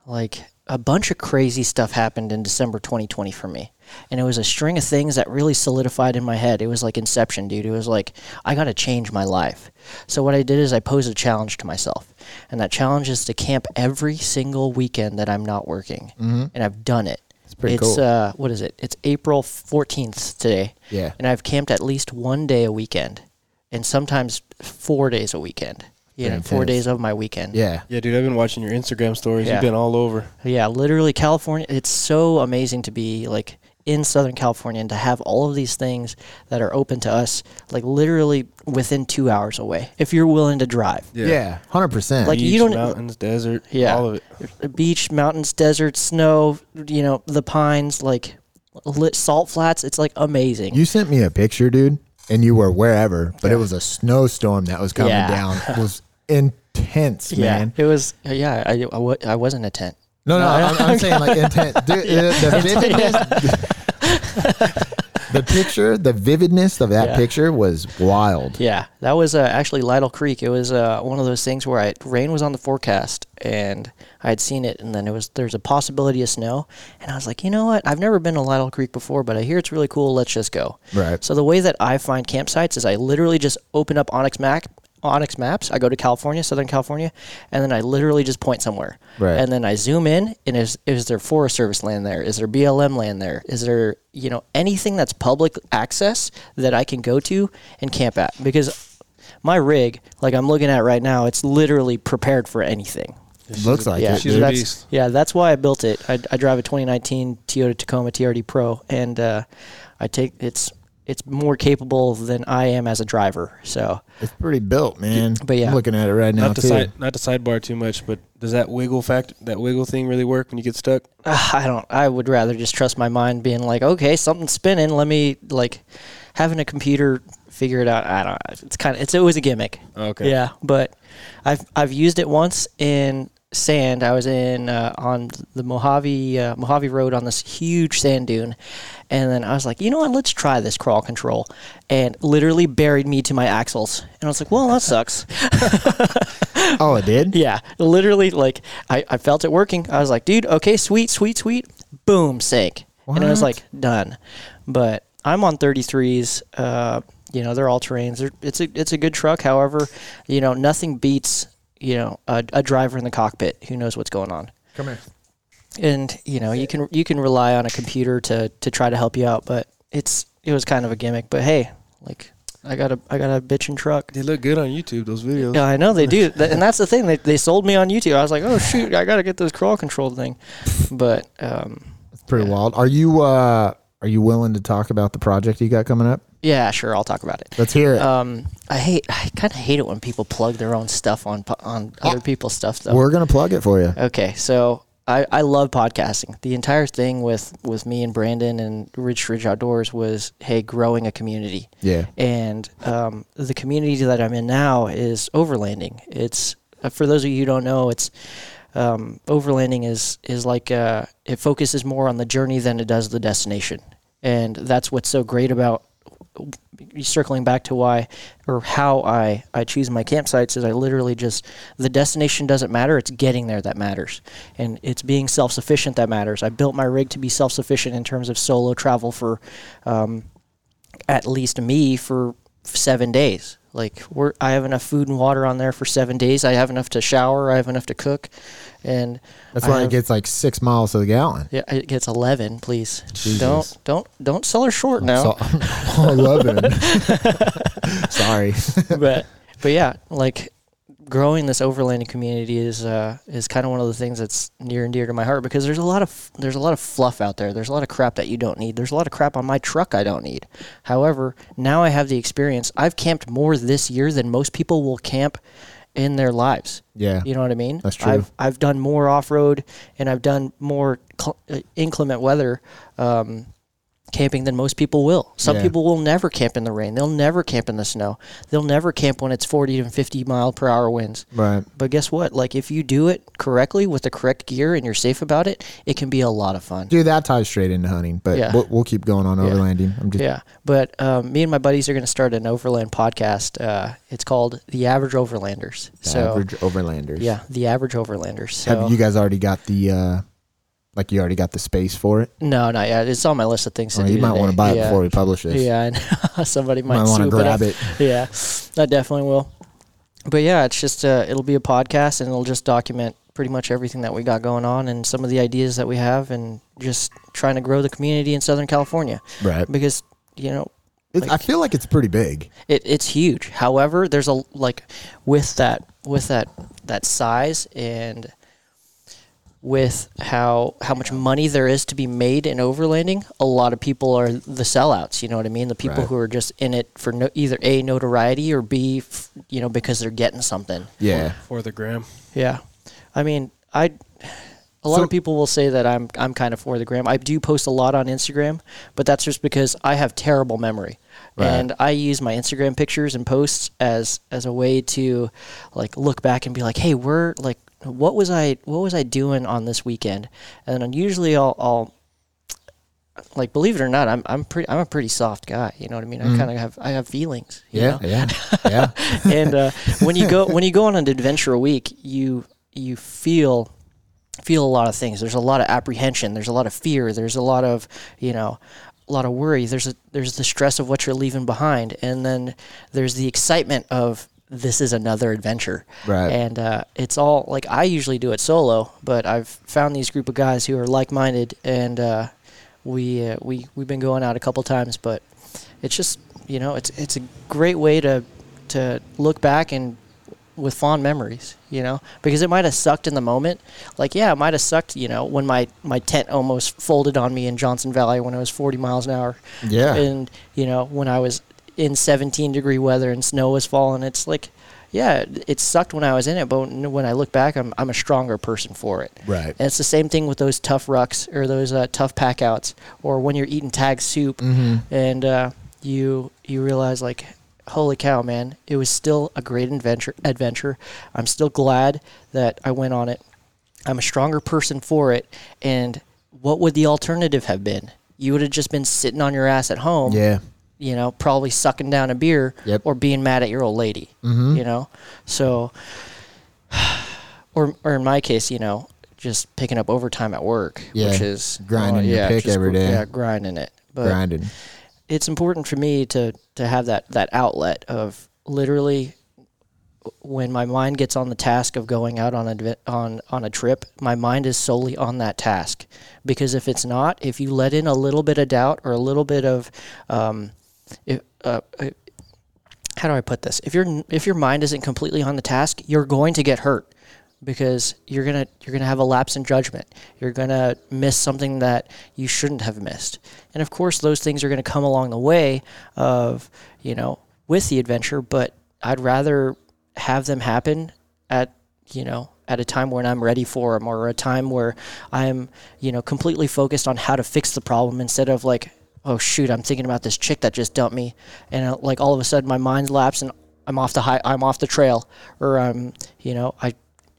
[SPEAKER 1] like a bunch of crazy stuff happened in December 2020 for me. And it was a string of things that really solidified in my head. It was like inception, dude. It was like, I got to change my life. So, what I did is I posed a challenge to myself. And that challenge is to camp every single weekend that I'm not working. And I've done it. It's
[SPEAKER 3] Mm-hmm. pretty
[SPEAKER 1] it's,
[SPEAKER 3] cool.
[SPEAKER 1] Uh, what is it? It's April 14th today.
[SPEAKER 3] Yeah.
[SPEAKER 1] And I've camped at least one day a weekend and sometimes four days a weekend. You know,
[SPEAKER 3] Pretty
[SPEAKER 1] four
[SPEAKER 3] intense.
[SPEAKER 1] days of my weekend.
[SPEAKER 3] Yeah.
[SPEAKER 4] Yeah, dude, I've been watching your Instagram stories.
[SPEAKER 1] Yeah.
[SPEAKER 4] You've been all over.
[SPEAKER 1] Yeah, literally California. It's so amazing to be like in Southern California and to have all of these things that are open to us, like literally within two hours away, if you're willing to drive.
[SPEAKER 3] Yeah. 100%.
[SPEAKER 1] Like,
[SPEAKER 4] Beach,
[SPEAKER 1] you don't-
[SPEAKER 4] mountains, desert,
[SPEAKER 1] Yeah.
[SPEAKER 4] all of it.
[SPEAKER 1] Beach, mountains, desert, snow, you know, the pines, like lit salt flats. It's like amazing.
[SPEAKER 3] you sent me a picture, dude, and you were wherever, but it was a snowstorm that was coming
[SPEAKER 1] Yeah.
[SPEAKER 3] down. It was intense,
[SPEAKER 1] yeah,
[SPEAKER 3] man.
[SPEAKER 1] it was. Yeah, I, I, wa- I was in a tent.
[SPEAKER 3] No, no, I'm, I'm saying like intense. Dude, uh, the vividness. the picture, the vividness of that
[SPEAKER 1] Yeah.
[SPEAKER 3] picture was wild.
[SPEAKER 1] Yeah, that was uh, actually Lytle Creek. It was uh, one of those things where I, rain was on the forecast, and I had seen it, and then it was there's a possibility of snow, and I was like, you know what? I've never been to Lytle Creek before, but I hear it's really cool. Let's just go.
[SPEAKER 3] Right.
[SPEAKER 1] So the way that I find campsites is I literally just open up Onyx Mac. Onyx Maps. I go to California, Southern California, and then I literally just point somewhere.
[SPEAKER 3] Right.
[SPEAKER 1] And then I zoom in, and is is there Forest Service land there? Is there BLM land there? Is there you know anything that's public access that I can go to and camp at? Because my rig, like I'm looking at right now, it's literally prepared for anything.
[SPEAKER 3] Looks like
[SPEAKER 1] Yeah,
[SPEAKER 3] it.
[SPEAKER 4] She's
[SPEAKER 3] dude.
[SPEAKER 4] a
[SPEAKER 1] that's,
[SPEAKER 4] beast.
[SPEAKER 1] Yeah, that's why I built it. I, I drive a 2019 Toyota Tacoma TRD Pro, and uh, I take it's it's more capable than I am as a driver. So
[SPEAKER 3] It's pretty built, man.
[SPEAKER 1] But yeah.
[SPEAKER 3] I'm looking at it right now
[SPEAKER 4] Not to
[SPEAKER 3] too.
[SPEAKER 4] side, not to sidebar too much, but does that wiggle fact that wiggle thing really work when you get stuck?
[SPEAKER 1] uh, I don't. I would rather just trust my mind, being like, okay, something's spinning. Let me like having a computer figure it out. I don't. It's kind of it's always a gimmick.
[SPEAKER 4] Okay.
[SPEAKER 1] Yeah, but I've I've used it once in sand. I was in uh, on the Mojave uh, Mojave Road on this huge sand dune, and then I was like, you know what? Let's try this crawl control, and literally buried me to my axles. And I was like, well, that sucks.
[SPEAKER 3] Oh, it did.
[SPEAKER 1] yeah, literally, like I, I felt it working. I was like, dude, okay, sweet, sweet, sweet. Boom, sink. And I was
[SPEAKER 3] What?
[SPEAKER 1] like, done. But I'm on 33s. Uh, you know, they're all terrains. They're, it's a it's a good truck. However, you know, nothing beats you know a, a driver in the cockpit who knows what's going on.
[SPEAKER 3] Come here.
[SPEAKER 1] And you know, you can you can rely on a computer to to try to help you out. But it's it was kind of a gimmick. But hey, like I got a I got a bitchin' truck.
[SPEAKER 4] They look good on YouTube. Those videos.
[SPEAKER 1] Yeah, I know they do, Th- and that's the thing. They, they sold me on YouTube. I was like, oh shoot, I gotta get this crawl control thing. But um,
[SPEAKER 3] It's pretty wild. Are you uh are you willing to talk about the project you got coming up?
[SPEAKER 1] yeah, sure, I'll talk about it.
[SPEAKER 3] Let's hear it.
[SPEAKER 1] Um, I hate, I kind of hate it when people plug their own stuff on po- on other people's stuff though.
[SPEAKER 3] We're gonna plug it for you.
[SPEAKER 1] Okay, so I, I love podcasting. The entire thing with with me and Brandon and Rich Ridge Outdoors was hey, growing a community.
[SPEAKER 3] Yeah.
[SPEAKER 1] And um, the community that I'm in now is overlanding. It's uh, for those of you who don't know, it's um, overlanding is is like uh, it focuses more on the journey than it does the destination, and that's what's so great about circling back to why or how I, I choose my campsites is I literally just the destination doesn't matter it's getting there that matters and it's being self-sufficient that matters I built my rig to be self-sufficient in terms of solo travel for um, at least me for seven days like we're, I have enough food and water on there for seven days I have enough to shower I have enough to cook and
[SPEAKER 3] That's
[SPEAKER 1] I
[SPEAKER 3] why
[SPEAKER 1] have-
[SPEAKER 3] it gets like six miles to the gallon.
[SPEAKER 1] yeah, it gets 11 please don't don't don't sell her short now
[SPEAKER 3] So, oh, I love it. Sorry.
[SPEAKER 1] but but yeah, like growing this overlanding community is uh, is kind of one of the things that's near and dear to my heart because there's a lot of there's a lot of fluff out there. There's a lot of crap that you don't need. There's a lot of crap on my truck I don't need. However, now I have the experience. I've camped more this year than most people will camp in their lives.
[SPEAKER 3] Yeah.
[SPEAKER 1] You know what I mean?
[SPEAKER 3] That's true.
[SPEAKER 1] I've I've done more off road and I've done more cl- uh, inclement weather. Um, camping than most people will. Some
[SPEAKER 3] Yeah.
[SPEAKER 1] people will never camp in the rain. They'll never camp in the snow. They'll never camp when it's 40 and 50 mile per hour winds.
[SPEAKER 3] Right.
[SPEAKER 1] But guess what? Like if you do it correctly with the correct gear and you're safe about it, it can be a lot of fun.
[SPEAKER 3] Dude, that ties straight into hunting, but
[SPEAKER 1] Yeah.
[SPEAKER 3] we'll, we'll keep going on overlanding. I'm just
[SPEAKER 1] Yeah, but um, me and my buddies are going to start an overland podcast. Uh, it's called The Average Overlanders.
[SPEAKER 3] the
[SPEAKER 1] so
[SPEAKER 3] average overlanders.
[SPEAKER 1] yeah, The Average Overlanders. So
[SPEAKER 3] Have you guys already got the uh like you already got the space for it?
[SPEAKER 1] no, not yet. It's on my list of things to
[SPEAKER 3] Well,
[SPEAKER 1] do.
[SPEAKER 3] Oh, you might want to
[SPEAKER 1] today.
[SPEAKER 3] buy it
[SPEAKER 1] yeah.
[SPEAKER 3] before we publish this.
[SPEAKER 1] Yeah, I know. somebody
[SPEAKER 3] You
[SPEAKER 1] might,
[SPEAKER 3] might want to
[SPEAKER 1] swoop it up.
[SPEAKER 3] grab it.
[SPEAKER 1] yeah, I definitely will. But yeah, it's just uh, it'll be a podcast, and it'll just document pretty much everything that we got going on and some of the ideas that we have, and just trying to grow the community in Southern California
[SPEAKER 3] Right.
[SPEAKER 1] because you know
[SPEAKER 3] It's, I feel like it's pretty big.
[SPEAKER 1] it, it's huge. However, there's a like with that with that that size and with how how much money there is to be made in overlanding, a lot of people are the sellouts. You know what I mean? The people
[SPEAKER 3] Right.
[SPEAKER 1] who are just in it for no, either a notoriety or b f- you know because they're getting something.
[SPEAKER 3] Yeah.
[SPEAKER 4] For the gram.
[SPEAKER 1] Yeah, I mean, I. A lot
[SPEAKER 3] So-
[SPEAKER 1] of people will say that I'm I'm kind of for the gram. I do post a lot on Instagram, but that's just because I have terrible memory,
[SPEAKER 3] Right.
[SPEAKER 1] and I use my Instagram pictures and posts as as a way to like look back and be like, hey, we're like, what was I what was I doing on this weekend? And then usually I'll, I'll like believe it or not, I'm I'm pretty I'm a pretty soft guy. You know what I mean? I kind of have I have feelings. you
[SPEAKER 3] Mm-hmm. Yeah,
[SPEAKER 1] know?
[SPEAKER 3] yeah, yeah.
[SPEAKER 1] and uh, when you go when you go on an adventure a week, you you feel feel a lot of things. There's a lot of apprehension. There's a lot of fear. There's a lot of you know a lot of worry. There's a, there's the stress of what you're leaving behind, and then there's the excitement of this is another adventure.
[SPEAKER 3] Right.
[SPEAKER 1] And uh, it's all like I usually do it solo, but I've found these group of guys who are like minded, and uh, we uh, we we've been going out a couple times, but it's just you know it's it's a great way to to look back and with fond memories you know because it might have sucked in the moment like yeah it might have sucked you know when my my tent almost folded on me in johnson valley when i was 40 miles an hour
[SPEAKER 3] Yeah.
[SPEAKER 1] and you know when i was in 17 degree weather and snow was falling it's like yeah it- it sucked when i was in it but when when i look back i'm, I'm a stronger person for it
[SPEAKER 3] Right.
[SPEAKER 1] and it's the same thing with those tough rucks or those uh, tough packouts or when you're eating tag soup and uh, you you realize like holy cow man it was still a great adventure adventure i'm still glad that i went on it i'm a stronger person for it and what would the alternative have been you would have just been sitting on your ass at home
[SPEAKER 3] Yeah.
[SPEAKER 1] you know, probably sucking down a beer
[SPEAKER 3] Yep. Mm-hmm.
[SPEAKER 1] or being mad at your old lady, you know. So, or or in my case, you know, just picking up overtime at work,
[SPEAKER 3] Yeah,
[SPEAKER 1] which is
[SPEAKER 3] grinding your pick every
[SPEAKER 1] gr-
[SPEAKER 3] day.
[SPEAKER 1] yeah, grinding it. But
[SPEAKER 3] Grinding.
[SPEAKER 1] it's important for me to to have that that outlet of literally when my mind gets on the task of going out on a dve- on on a trip, my mind is solely on that task. Because if it's not, if you let in a little bit of doubt or a little bit of, um, if, uh, uh, how do I put this? If your if your mind isn't completely on the task, you're going to get hurt because you're gonna you're gonna have a lapse in judgment. You're gonna miss something that you shouldn't have missed, and of course, those things are gonna come along the way of you know with the adventure. But I'd rather have them happen at you know at a time when I'm ready for them or a time where I'm you know completely focused on how to fix the problem instead of like oh shoot I'm thinking about this chick that just dumped me and uh, like all of a sudden my mind's lapse and I'm off the high I'm off the trail or I'm you know I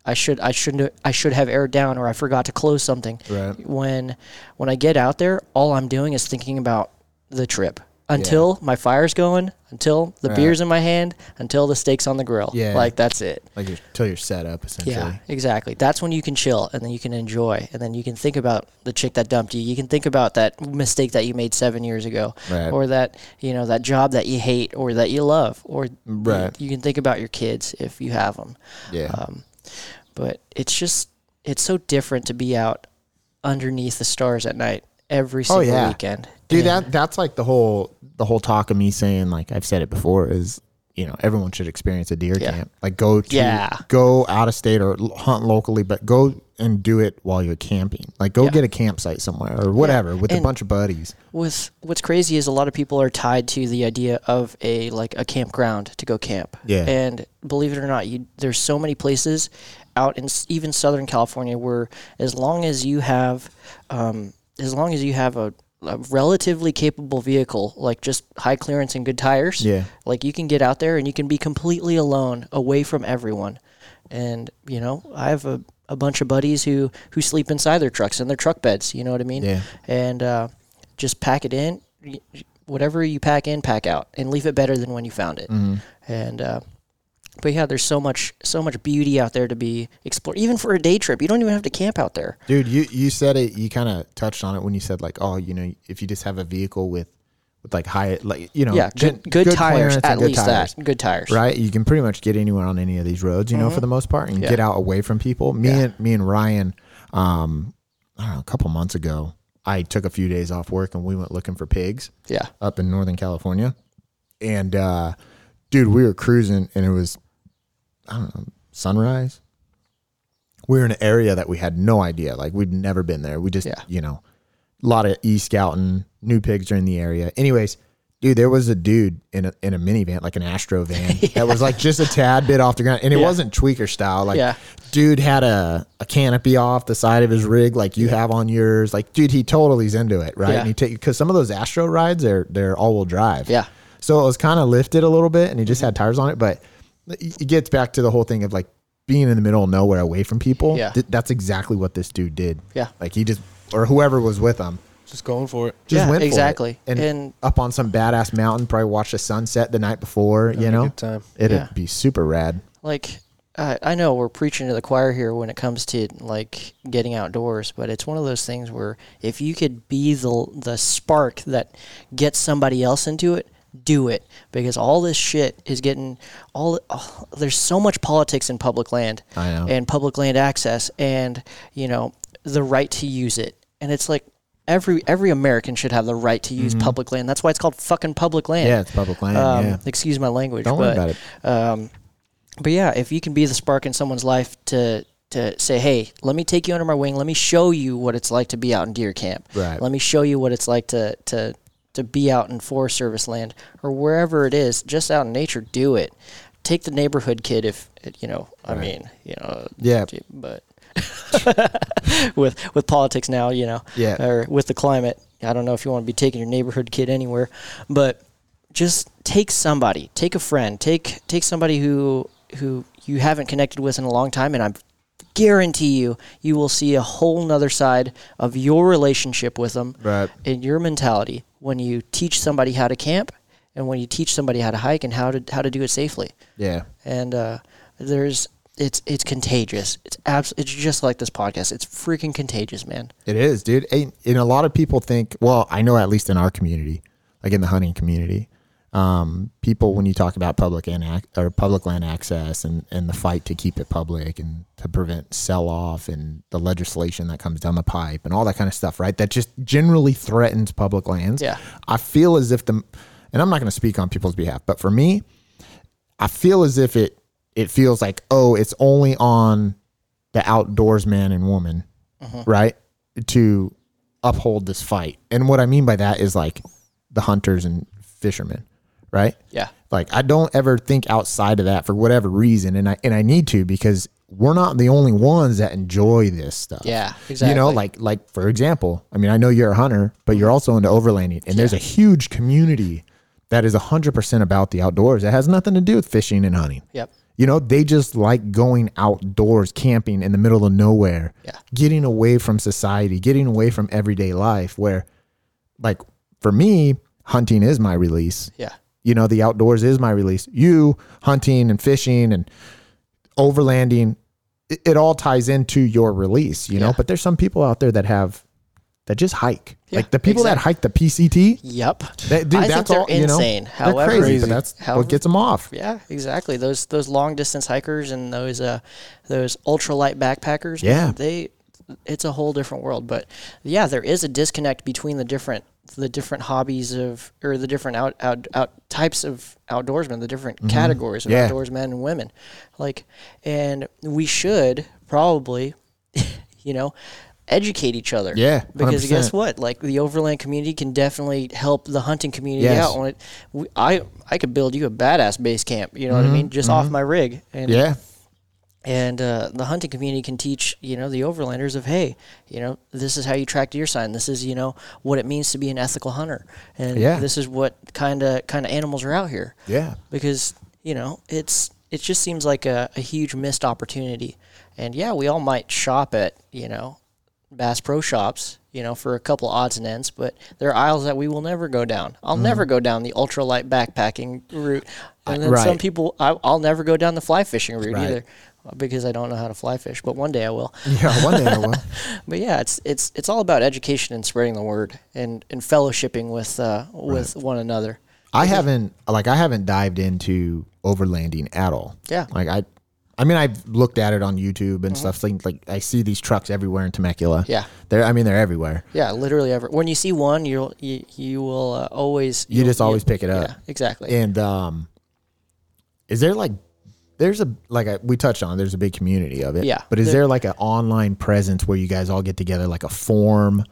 [SPEAKER 1] I should I shouldn't I should have aired down or I forgot to close something
[SPEAKER 3] Right.
[SPEAKER 1] when when I get out there all I'm doing is thinking about the trip until my fire's going until the beer's in my hand until the steak's on the grill
[SPEAKER 3] Yeah.
[SPEAKER 1] like that's it
[SPEAKER 3] Like your, till you're set up essentially.
[SPEAKER 1] yeah, exactly. That's when you can chill and then you can enjoy and then you can think about the chick that dumped you. You can think about that mistake that you made 7 years ago
[SPEAKER 3] Right.
[SPEAKER 1] or that, you know, that job that you hate or that you love or
[SPEAKER 3] Right.
[SPEAKER 1] you, you can think about your kids if you have them.
[SPEAKER 3] Yeah.
[SPEAKER 1] Um, but it's just it's so different to be out underneath the stars at night every single
[SPEAKER 3] Oh, yeah.
[SPEAKER 1] weekend.
[SPEAKER 3] Dude,
[SPEAKER 1] And-
[SPEAKER 3] that that's like the whole the whole talk of me saying like I've said it before is you know everyone should experience a deer
[SPEAKER 1] Yeah.
[SPEAKER 3] camp. Like go to
[SPEAKER 1] Yeah.
[SPEAKER 3] go out of state or l- hunt locally, but go and do it while you're camping. Like go
[SPEAKER 1] Yeah.
[SPEAKER 3] get a campsite somewhere or whatever with a
[SPEAKER 1] And-
[SPEAKER 3] bunch of buddies.
[SPEAKER 1] with what's crazy is a lot of people are tied to the idea of a like a campground to go camp.
[SPEAKER 3] Yeah.
[SPEAKER 1] And believe it or not, you there's so many places out in s- even Southern California where as long as you have um, as long as you have a, a relatively capable vehicle, like just high clearance and good tires,
[SPEAKER 3] Yeah.
[SPEAKER 1] like you can get out there and you can be completely alone, away from everyone. And you know, I have a, a bunch of buddies who who sleep inside their trucks in their truck beds. You know what I mean?
[SPEAKER 3] Yeah.
[SPEAKER 1] And uh, just pack it in. Y- Whatever you pack in, pack out, and leave it better than when you found it.
[SPEAKER 3] Mm-hmm.
[SPEAKER 1] And uh, but yeah, there's so much so much beauty out there to be explored. Even for a day trip, you don't even have to camp out there.
[SPEAKER 3] Dude, you you said it. You kind of touched on it when you said like, oh, you know, if you just have a vehicle with with like high, like you know,
[SPEAKER 1] Yeah,
[SPEAKER 3] gen-
[SPEAKER 1] good
[SPEAKER 3] clearance
[SPEAKER 1] good, tires
[SPEAKER 3] and
[SPEAKER 1] at
[SPEAKER 3] good
[SPEAKER 1] least
[SPEAKER 3] tires.
[SPEAKER 1] that good tires.
[SPEAKER 3] right? You can pretty much get anywhere on any of these roads, you know, for the most part, and get out away from people. Me and me and Ryan, um, I don't know, a couple months ago, I took a few days off work and we went looking for pigs
[SPEAKER 1] Yeah.
[SPEAKER 3] up in Northern California, and uh, dude, we were cruising and it was, I don't know, sunrise. We were in an area that we had no idea, like we'd never been there. We just,
[SPEAKER 1] Yeah.
[SPEAKER 3] you know, a lot of e scouting, new pigs are in the area. Anyways, dude, there was a dude in a in a minivan, like an Astro van, that was like just a tad bit off the ground, and it wasn't tweaker style. Like,
[SPEAKER 1] Yeah.
[SPEAKER 3] dude had a a canopy off the side of his rig, like you have on yours. Like, dude, he totally's into it, right?
[SPEAKER 1] Yeah.
[SPEAKER 3] And he take because some of those Astro rides, they're they're all wheel drive.
[SPEAKER 1] Yeah. Mm-hmm.
[SPEAKER 3] So it was kind of lifted a little bit, and he just had tires on it. But it gets back to the whole thing of like being in the middle of nowhere, away from people.
[SPEAKER 1] Yeah.
[SPEAKER 3] Th- that's exactly what this dude did.
[SPEAKER 1] Yeah.
[SPEAKER 3] like he just or whoever was with him
[SPEAKER 4] Just going for it.
[SPEAKER 1] Yeah,
[SPEAKER 3] went for it.
[SPEAKER 1] exactly.
[SPEAKER 3] And,
[SPEAKER 1] And-
[SPEAKER 3] up on some badass mountain, probably watch the sunset the night before. you
[SPEAKER 4] Have a
[SPEAKER 3] know,
[SPEAKER 4] good time.
[SPEAKER 3] it'd
[SPEAKER 1] Yeah.
[SPEAKER 3] be super rad.
[SPEAKER 1] like I I know we're preaching to the choir here when it comes to like getting outdoors, but it's one of those things where if you could be the the spark that gets somebody else into it, do it because all this shit is getting all oh, there's so much politics in public land
[SPEAKER 3] I know.
[SPEAKER 1] and public land access and you know the right to use it. And it's like every every American should have the right to use public land. That's why it's called fucking public land.
[SPEAKER 3] Mm-hmm. Yeah, it's public land.
[SPEAKER 1] Um,
[SPEAKER 3] yeah.
[SPEAKER 1] Excuse my language.
[SPEAKER 3] Don't
[SPEAKER 1] but,
[SPEAKER 3] worry about it.
[SPEAKER 1] Um, but yeah, if you can be the spark in someone's life to to say, hey, let me take you under my wing. Let me show you what it's like to be out in deer camp.
[SPEAKER 3] Right.
[SPEAKER 1] Let me show you what it's like to to to be out in Forest Service land or wherever it is, just out in nature. Do it. Take the neighborhood kid if you know. I mean, you know.
[SPEAKER 3] Yeah.
[SPEAKER 1] But with with politics now, you know.
[SPEAKER 3] Yeah.
[SPEAKER 1] Or with the climate, I don't know if you want to be taking your neighborhood kid anywhere, but just take somebody, take a friend, take take somebody who who you haven't connected with in a long time, and I guarantee you, you will see a whole nother side of your relationship with them
[SPEAKER 3] Right.
[SPEAKER 1] and your mentality when you teach somebody how to camp and when you teach somebody how to hike and how to how to do it safely
[SPEAKER 3] Yeah.
[SPEAKER 1] and uh, there's it's it's contagious. It's abs- It's just like this podcast. It's freaking contagious, man.
[SPEAKER 3] It is, dude. And, and a lot of people think, well, I know at least in our community, like in the hunting community, um, people when you talk about public and ac- or public land access and, and the fight to keep it public and to prevent sell off and the legislation that comes down the pipe and all that kind of stuff, right? That just generally threatens public lands.
[SPEAKER 1] Yeah.
[SPEAKER 3] I feel as if the and I'm not going to speak on people's behalf, but for me, I feel as if it it feels like oh, it's only on the outdoors man and woman, right, to uphold this fight. And what I mean by that is like the hunters and fishermen, right?
[SPEAKER 1] Yeah.
[SPEAKER 3] Like I don't ever think outside of that for whatever reason, and I and I need to because we're not the only ones that enjoy this stuff.
[SPEAKER 1] Yeah,
[SPEAKER 3] You know,
[SPEAKER 1] exactly. Mm-hmm.
[SPEAKER 3] like like for example, I mean, I know you're a hunter, but you're also into overlanding, and there's a huge community that is hundred percent about the outdoors. That has nothing to do with fishing and hunting.
[SPEAKER 1] Yep.
[SPEAKER 3] You know, they just like going outdoors, camping in the middle of nowhere,
[SPEAKER 1] Yeah.
[SPEAKER 3] getting away from society, getting away from everyday life. Where, like, for me, hunting is my release
[SPEAKER 1] Yeah.
[SPEAKER 3] you know the outdoors is my release you hunting and fishing and overlanding it, it all ties into your release you know but there's some people out there that have that just hike
[SPEAKER 1] Yeah,
[SPEAKER 3] like the people that hike the pct
[SPEAKER 1] Yep.
[SPEAKER 3] that, dude
[SPEAKER 1] I
[SPEAKER 3] that's
[SPEAKER 1] think
[SPEAKER 3] all
[SPEAKER 1] they're
[SPEAKER 3] you know
[SPEAKER 1] insane.
[SPEAKER 3] they're
[SPEAKER 1] However-
[SPEAKER 3] crazy,
[SPEAKER 4] Crazy.
[SPEAKER 3] but that's
[SPEAKER 1] However-
[SPEAKER 3] what gets them off
[SPEAKER 1] Yeah, exactly. Those those long distance hikers and those uh those ultralight backpackers.
[SPEAKER 3] Yeah.
[SPEAKER 1] They it's a whole different world, but yeah, there is a disconnect between the different the different hobbies of or the different out out, out types of outdoorsmen, the different categories of
[SPEAKER 3] Mm-hmm. Yeah.
[SPEAKER 1] outdoors men and women. Like and we should probably you know educate each other.
[SPEAKER 3] Yeah,
[SPEAKER 1] Because guess
[SPEAKER 3] 100%.
[SPEAKER 1] what? Like the overland community can definitely help the hunting community
[SPEAKER 3] Yes.
[SPEAKER 1] out when it. We, I I could build you a badass base camp. You know what I mean? Just off my rig. And,
[SPEAKER 3] Mm-hmm. yeah
[SPEAKER 1] And uh, the hunting community can teach you know the overlanders of hey you know this is how you track deer sign. This is you know what it means to be an ethical hunter. And
[SPEAKER 3] Yeah.
[SPEAKER 1] this is what kind of kind of animals are out here
[SPEAKER 3] yeah
[SPEAKER 1] because you know it's it just seems like a, a huge missed opportunity and yeah we all might shop at you know bass pro shops you know for a couple odds and ends but there are aisles that we will never go down i'll
[SPEAKER 3] Mm-hmm.
[SPEAKER 1] never go down the ultralight backpacking route and then some
[SPEAKER 3] right.
[SPEAKER 1] people I, i'll never go down the fly fishing route
[SPEAKER 3] Right.
[SPEAKER 1] either because i don't know how to fly fish but one day i will
[SPEAKER 3] yeah one day I will.
[SPEAKER 1] but yeah, it's it's it's all about education and spreading the word and, and fellowshipping with uh, with one another.
[SPEAKER 3] I haven't like I haven't dived into overlanding at all.
[SPEAKER 1] Yeah. Mm-hmm.
[SPEAKER 3] Like I I mean I've looked at it on YouTube and stuff like like I see these trucks everywhere in Temecula.
[SPEAKER 1] Yeah.
[SPEAKER 3] They're I mean they're everywhere.
[SPEAKER 1] Yeah, literally ever. When you see one, you'll you, you will uh, always
[SPEAKER 3] You
[SPEAKER 1] you'll-
[SPEAKER 3] just always pick it up.
[SPEAKER 1] Yeah, exactly.
[SPEAKER 3] And um is there like there's a like a, we touched on it, there's a big community of it.
[SPEAKER 1] Yeah.
[SPEAKER 3] But is
[SPEAKER 1] There-
[SPEAKER 3] there like an online presence where you guys all get together like a form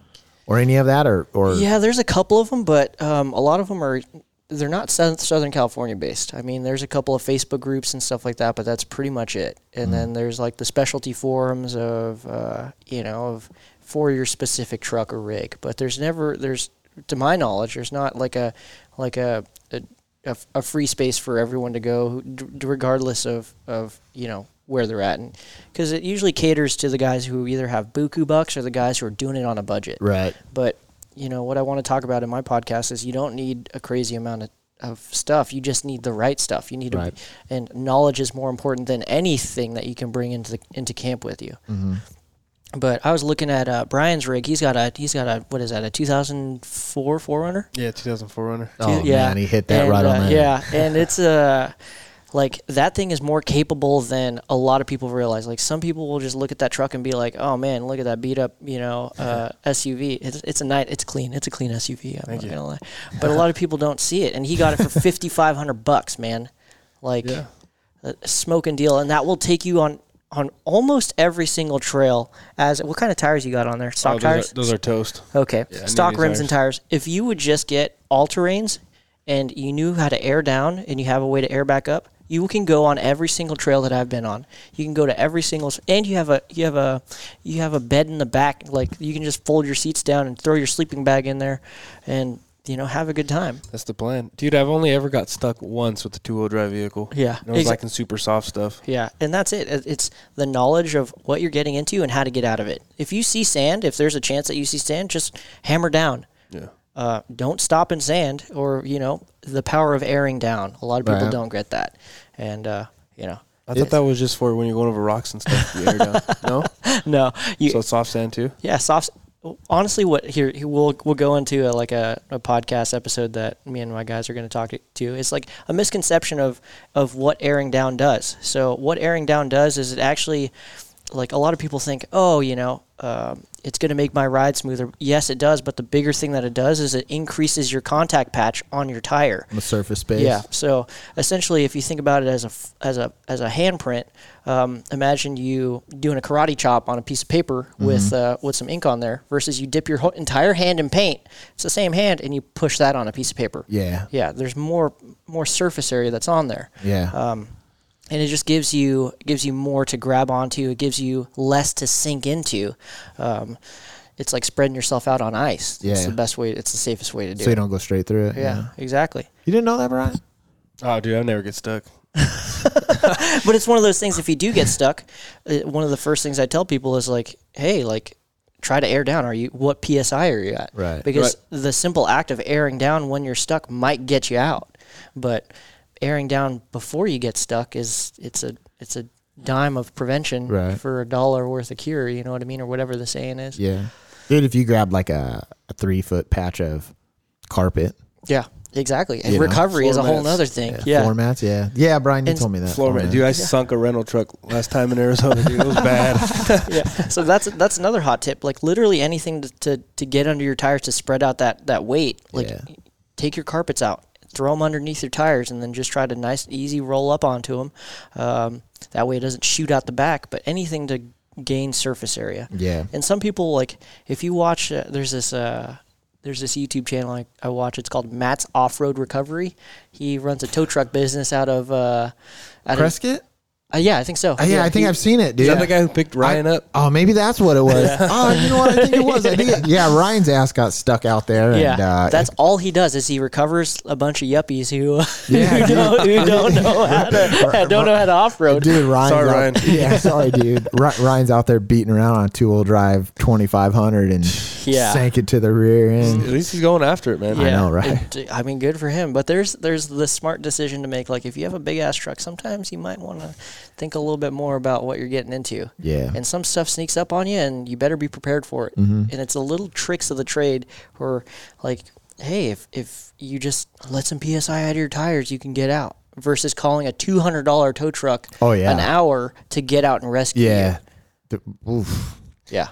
[SPEAKER 3] or any of that or or
[SPEAKER 1] yeah, there's a couple of them, but um, a lot of them are they're not South- Southern California based. I mean, there's a couple of Facebook groups and stuff like that, but that's pretty much it. And then there's like the specialty forums of uh, you know of for your specific truck or rig, but there's never there's to my knowledge there's not like a like a, a a, f- a free space for everyone to go, d- d- regardless of, of you know where they're at, and because it usually caters to the guys who either have buku bucks or the guys who are doing it on a budget.
[SPEAKER 3] Right.
[SPEAKER 1] But you know, what I want to talk about in my podcast is you don't need a crazy amount of, of stuff. You just need the right stuff. You need, to
[SPEAKER 3] Right.
[SPEAKER 1] and knowledge is more important than anything that you can bring into the, into camp with you. But I was looking at uh, Brian's rig. He's got a he's got a what is that a 2004 Forerunner?
[SPEAKER 4] Yeah, 2004 runner.
[SPEAKER 3] Oh man, he hit that
[SPEAKER 1] And,
[SPEAKER 3] right
[SPEAKER 1] uh,
[SPEAKER 3] on that.
[SPEAKER 1] Yeah, and it's uh, like that thing is more capable than a lot of people realize. Like some people will just look at that truck and be like, "Oh man, look at that beat up, you know, uh, SUV. It's, it's a night. It's clean. It's a clean SUV. I'm not
[SPEAKER 4] you.
[SPEAKER 1] gonna lie." But a lot of people don't see it, and he got it for 5,500 bucks, man. Like
[SPEAKER 4] Yeah.
[SPEAKER 1] a smoking deal, and that will take you on on almost every single trail. As what kind of tires you got on there? Stock
[SPEAKER 4] Oh,
[SPEAKER 1] tires.
[SPEAKER 4] those, are, those are toast.
[SPEAKER 1] Okay.
[SPEAKER 4] I knew
[SPEAKER 1] Stock
[SPEAKER 4] these
[SPEAKER 1] rims and tires. If you would just get all terrains and you knew how to air down and you have a way to air back up, you can go on every single trail that I've been on. You can go to every single s- and you have a you have a you have a bed in the back like you can just fold your seats down and throw your sleeping bag in there and you know have a good time.
[SPEAKER 4] That's the plan, dude. I've only ever got stuck once with a two-wheel drive vehicle.
[SPEAKER 1] Yeah.
[SPEAKER 4] and it was
[SPEAKER 1] Exa-
[SPEAKER 4] like in super soft stuff.
[SPEAKER 1] Yeah, and that's it. It- It's the knowledge of what you're getting into and how to get out of it. If you see sand, if there's a chance that you see sand, just hammer down.
[SPEAKER 4] Yeah,
[SPEAKER 1] uh, don't stop in sand or you know the power of airing down a lot of people
[SPEAKER 3] Right.
[SPEAKER 1] don't get that and uh, you know
[SPEAKER 4] I thought that was just for when you're going over rocks and stuff. You air down. No,
[SPEAKER 1] no you
[SPEAKER 4] so it's soft sand too.
[SPEAKER 1] yeah soft honestly what here here- we'll we'll go into a, like a, a podcast episode that me and my guys are going to talk to- to it's like a misconception of of what airing down does so what airing down does is it actually like a lot of people think oh you know um, it's going to make my ride smoother yes it does but the bigger thing that it does is it increases your contact patch on your tire
[SPEAKER 3] The surface space.
[SPEAKER 1] Yeah. So essentially, if you think about it as a f- as a as a handprint, um, imagine you doing a karate chop on a piece of paper
[SPEAKER 3] Mm-hmm.
[SPEAKER 1] with uh, with some ink on there, versus you dip your whole entire hand in paint. It's the same hand, and you push that on a piece of paper.
[SPEAKER 3] Yeah.
[SPEAKER 1] Yeah. There's more more surface area that's on there Um,
[SPEAKER 3] Yeah.
[SPEAKER 1] Uh, and it just gives you gives you more to grab onto. It gives you less to sink into. Um, it's like spreading yourself out on ice. It's
[SPEAKER 3] Yeah.
[SPEAKER 1] the best way. It's the safest way to do.
[SPEAKER 3] so you
[SPEAKER 1] it.
[SPEAKER 3] don't go straight through it.
[SPEAKER 1] yeah, exactly.
[SPEAKER 3] You didn't know that, Brian?
[SPEAKER 4] Oh, dude, I never get stuck.
[SPEAKER 1] but it's one of those things. If you do get stuck, uh, one of the first things I tell people is like, "Hey, like, try to air down. Are you what psi are you at?
[SPEAKER 3] Right.
[SPEAKER 1] Because the simple act of airing down when you're stuck might get you out, but airing down before you get stuck is it's a it's a dime of prevention
[SPEAKER 3] Right.
[SPEAKER 1] for a dollar worth of cure. You know what I mean, or whatever the saying is.
[SPEAKER 3] Yeah. Dude, if you grab like a, a three foot patch of carpet,
[SPEAKER 1] Yeah, exactly. And
[SPEAKER 3] You know,
[SPEAKER 1] recovery is a
[SPEAKER 4] floor
[SPEAKER 1] whole
[SPEAKER 4] mats.
[SPEAKER 1] other thing. Yeah.
[SPEAKER 3] floor mats, yeah. Yeah, Brian, you
[SPEAKER 1] And
[SPEAKER 3] told me that.
[SPEAKER 4] Floor mat, dude. I sunk a rental truck last time in Arizona. Dude, it was bad.
[SPEAKER 1] yeah. So that's that's another hot tip. Like literally anything to, to, to get under your tires to spread out that, that weight. Like
[SPEAKER 3] Yeah.
[SPEAKER 1] take your carpets out, throw them underneath your tires, and then just try to nice easy roll up onto them. Um, that way it doesn't shoot out the back. But anything to gain surface area.
[SPEAKER 3] Yeah.
[SPEAKER 1] And some people like if you watch uh, there's this uh, there's this YouTube channel I, I watch. It's called Matt's Off Road Recovery. He runs a tow truck business out of uh, out of,
[SPEAKER 3] Prescott?
[SPEAKER 1] uh, yeah, I think so.
[SPEAKER 3] Uh, yeah, I think
[SPEAKER 1] he-
[SPEAKER 3] I've seen it, dude.
[SPEAKER 4] Is that the guy who picked Ryan
[SPEAKER 3] I-
[SPEAKER 4] up?
[SPEAKER 3] Oh, maybe that's what it was. Oh, you know what? I think it was. I think it, yeah, Ryan's ass got stuck out there.
[SPEAKER 1] Yeah,
[SPEAKER 3] and, uh,
[SPEAKER 1] that's all he does is he recovers a bunch of yuppies who
[SPEAKER 3] Yeah,
[SPEAKER 1] who,
[SPEAKER 3] dude.
[SPEAKER 1] don't, who don't know how to don't know how to off road.
[SPEAKER 3] dude. Ryan's
[SPEAKER 4] Sorry,
[SPEAKER 3] out,
[SPEAKER 4] Ryan.
[SPEAKER 3] Yeah, sorry, dude. Ry- Ryan's out there beating around on a two-wheel drive 2500 and
[SPEAKER 1] Yeah.
[SPEAKER 3] sank it to the rear
[SPEAKER 4] At
[SPEAKER 3] end.
[SPEAKER 4] least he's going after it, man.
[SPEAKER 3] I know, right?
[SPEAKER 1] I mean, good for him. But there's there's the smart decision to make. Like if you have a big ass truck, sometimes you might want to think a little bit more about what you're getting into.
[SPEAKER 3] Yeah.
[SPEAKER 1] And some stuff sneaks up on you, and you better be prepared for it.
[SPEAKER 3] Mm-hmm.
[SPEAKER 1] And it's the little tricks of the trade, where like, hey, if if you just let some psi out of your tires, you can get out. Versus calling a two hundred dollar tow truck
[SPEAKER 3] Oh, yeah.
[SPEAKER 1] an hour to get out and rescue
[SPEAKER 3] Yeah. The- oof.
[SPEAKER 1] you. Yeah.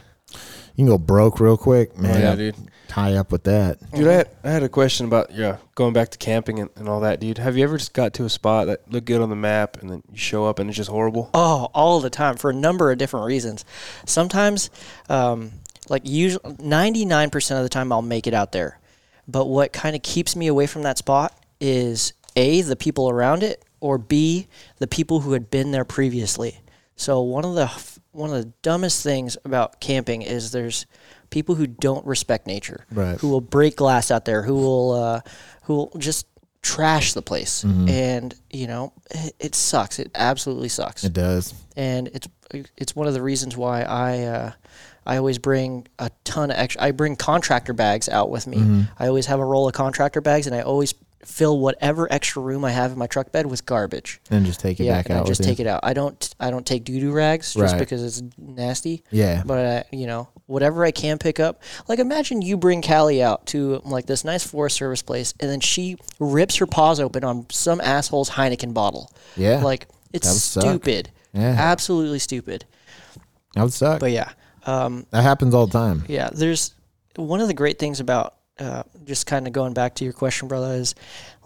[SPEAKER 3] You can go broke real quick,
[SPEAKER 1] Oh,
[SPEAKER 3] man.
[SPEAKER 4] yeah, dude.
[SPEAKER 3] Tie up with that.
[SPEAKER 4] Dude, I had, I had a question about yeah going back to camping and, and all that, dude. Have you ever just got to a spot that looked good on the map and then you show up and it's just horrible?
[SPEAKER 1] Oh, all the time for a number of different reasons. Sometimes, um, like usually, ninety nine percent of the time, I'll make it out there. But what kind of keeps me away from that spot is a the people around it, or b the people who had been there previously. So one of the one of the dumbest things about camping is there's people who don't respect nature,
[SPEAKER 3] Right.
[SPEAKER 1] who will break glass out there, who will uh, who will just trash the place, and you know it, it sucks. It absolutely sucks
[SPEAKER 3] It does.
[SPEAKER 1] and it's it's one of the reasons why I uh, I always bring a ton of extra. I bring contractor bags out with me. I always have a roll of contractor bags, and I always fill whatever extra room I have in my truck bed with garbage.
[SPEAKER 3] and just take it
[SPEAKER 1] yeah,
[SPEAKER 3] back
[SPEAKER 1] and
[SPEAKER 3] out.
[SPEAKER 1] I just
[SPEAKER 3] with
[SPEAKER 1] take
[SPEAKER 3] you.
[SPEAKER 1] it out. I don't. I don't take doo doo rags just
[SPEAKER 3] Right.
[SPEAKER 1] because it's nasty.
[SPEAKER 3] Yeah,
[SPEAKER 1] But uh, you know, whatever I can pick up, like imagine you bring Callie out to like this nice Forest Service place, and then she rips her paws open on some asshole's Heineken bottle.
[SPEAKER 3] Yeah.
[SPEAKER 1] like it's
[SPEAKER 3] That would suck.
[SPEAKER 1] stupid.
[SPEAKER 3] Yeah.
[SPEAKER 1] absolutely stupid.
[SPEAKER 3] that would suck.
[SPEAKER 1] But yeah, um,
[SPEAKER 3] that happens all the time.
[SPEAKER 1] yeah. There's one of the great things about uh, just kind of going back to your question, brother, is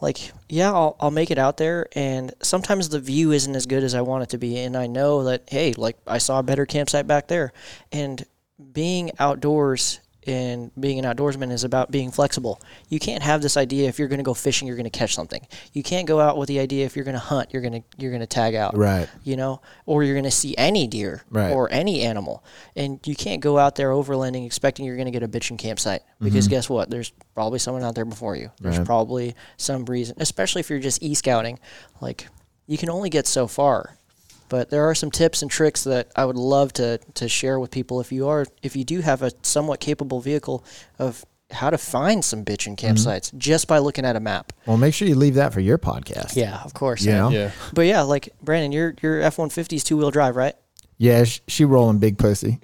[SPEAKER 1] like, yeah, I'll, I'll make it out there, and sometimes the view isn't as good as I want it to be, and I know that hey, like I saw a better campsite back there, and being outdoors and being an outdoorsman is about being flexible. You can't have this idea if you're going to go fishing, you're going to catch something. You can't go out with the idea if you're going to hunt, you're going to you're going to tag out
[SPEAKER 3] Right.
[SPEAKER 1] you know, or you're going to see any deer
[SPEAKER 3] Right.
[SPEAKER 1] or any animal. And you can't go out there overlanding expecting you're going to get a bitching campsite because guess what? There's probably someone out there before you. There's
[SPEAKER 3] Mm-hmm. Right.
[SPEAKER 1] probably some reason, especially if you're just e scouting. Like, you can only get so far. But there are some tips and tricks that I would love to, to share with people if you are if you do have a somewhat capable vehicle of how to find some bitching
[SPEAKER 3] Mm-hmm.
[SPEAKER 1] campsites just by looking at a map.
[SPEAKER 3] Well, make sure you leave that for your podcast.
[SPEAKER 1] Yeah, of course.
[SPEAKER 3] You know?
[SPEAKER 4] Yeah.
[SPEAKER 1] But yeah, like Brandon, your your F one fifty is two wheel drive, right?
[SPEAKER 3] Yeah, sh- she rolling big pussy.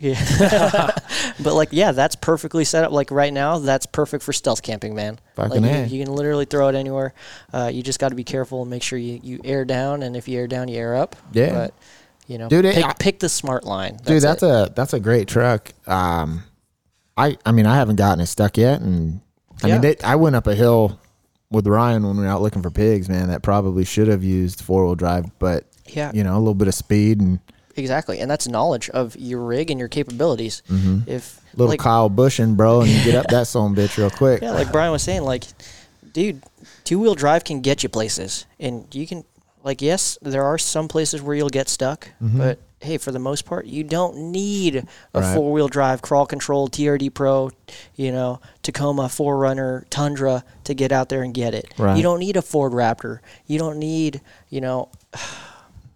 [SPEAKER 1] But like, yeah, that's perfectly set up. Like right now, that's perfect for stealth camping, man.
[SPEAKER 3] Fucking
[SPEAKER 1] like
[SPEAKER 3] A.
[SPEAKER 1] you, you can literally throw it anywhere. Uh, you just got to be careful and make sure you, you air down, and if you air down, you air up.
[SPEAKER 3] Yeah.
[SPEAKER 1] But you know,
[SPEAKER 3] Dude, it-
[SPEAKER 1] pick,
[SPEAKER 3] I-
[SPEAKER 1] pick the smart line, that's
[SPEAKER 3] Dude, that's
[SPEAKER 1] it.
[SPEAKER 3] a that's a great truck. Um, I I mean I haven't gotten it stuck yet, and I
[SPEAKER 1] Yeah.
[SPEAKER 3] mean they, I went up a hill with Ryan when we were out looking for pigs. Man, that probably should have used four wheel drive, but
[SPEAKER 1] Yeah.
[SPEAKER 3] you know a little bit of speed and
[SPEAKER 1] exactly, and that's knowledge of your rig and your capabilities. If
[SPEAKER 3] Mm-hmm. little
[SPEAKER 1] like,
[SPEAKER 3] Kyle Bushing, bro, and you get up that son of a bitch real quick.
[SPEAKER 1] Yeah, like Brian was saying, like, dude, two wheel drive can get you places, and you can, like, yes, there are some places where you'll get stuck, but hey, for the most part, you don't need a
[SPEAKER 3] Mm-hmm. Right.
[SPEAKER 1] four wheel drive crawl control TRD Pro, you know, Tacoma Forerunner Tundra to get out there and get it.
[SPEAKER 3] Right.
[SPEAKER 1] You don't need a Ford Raptor. You don't need, you know,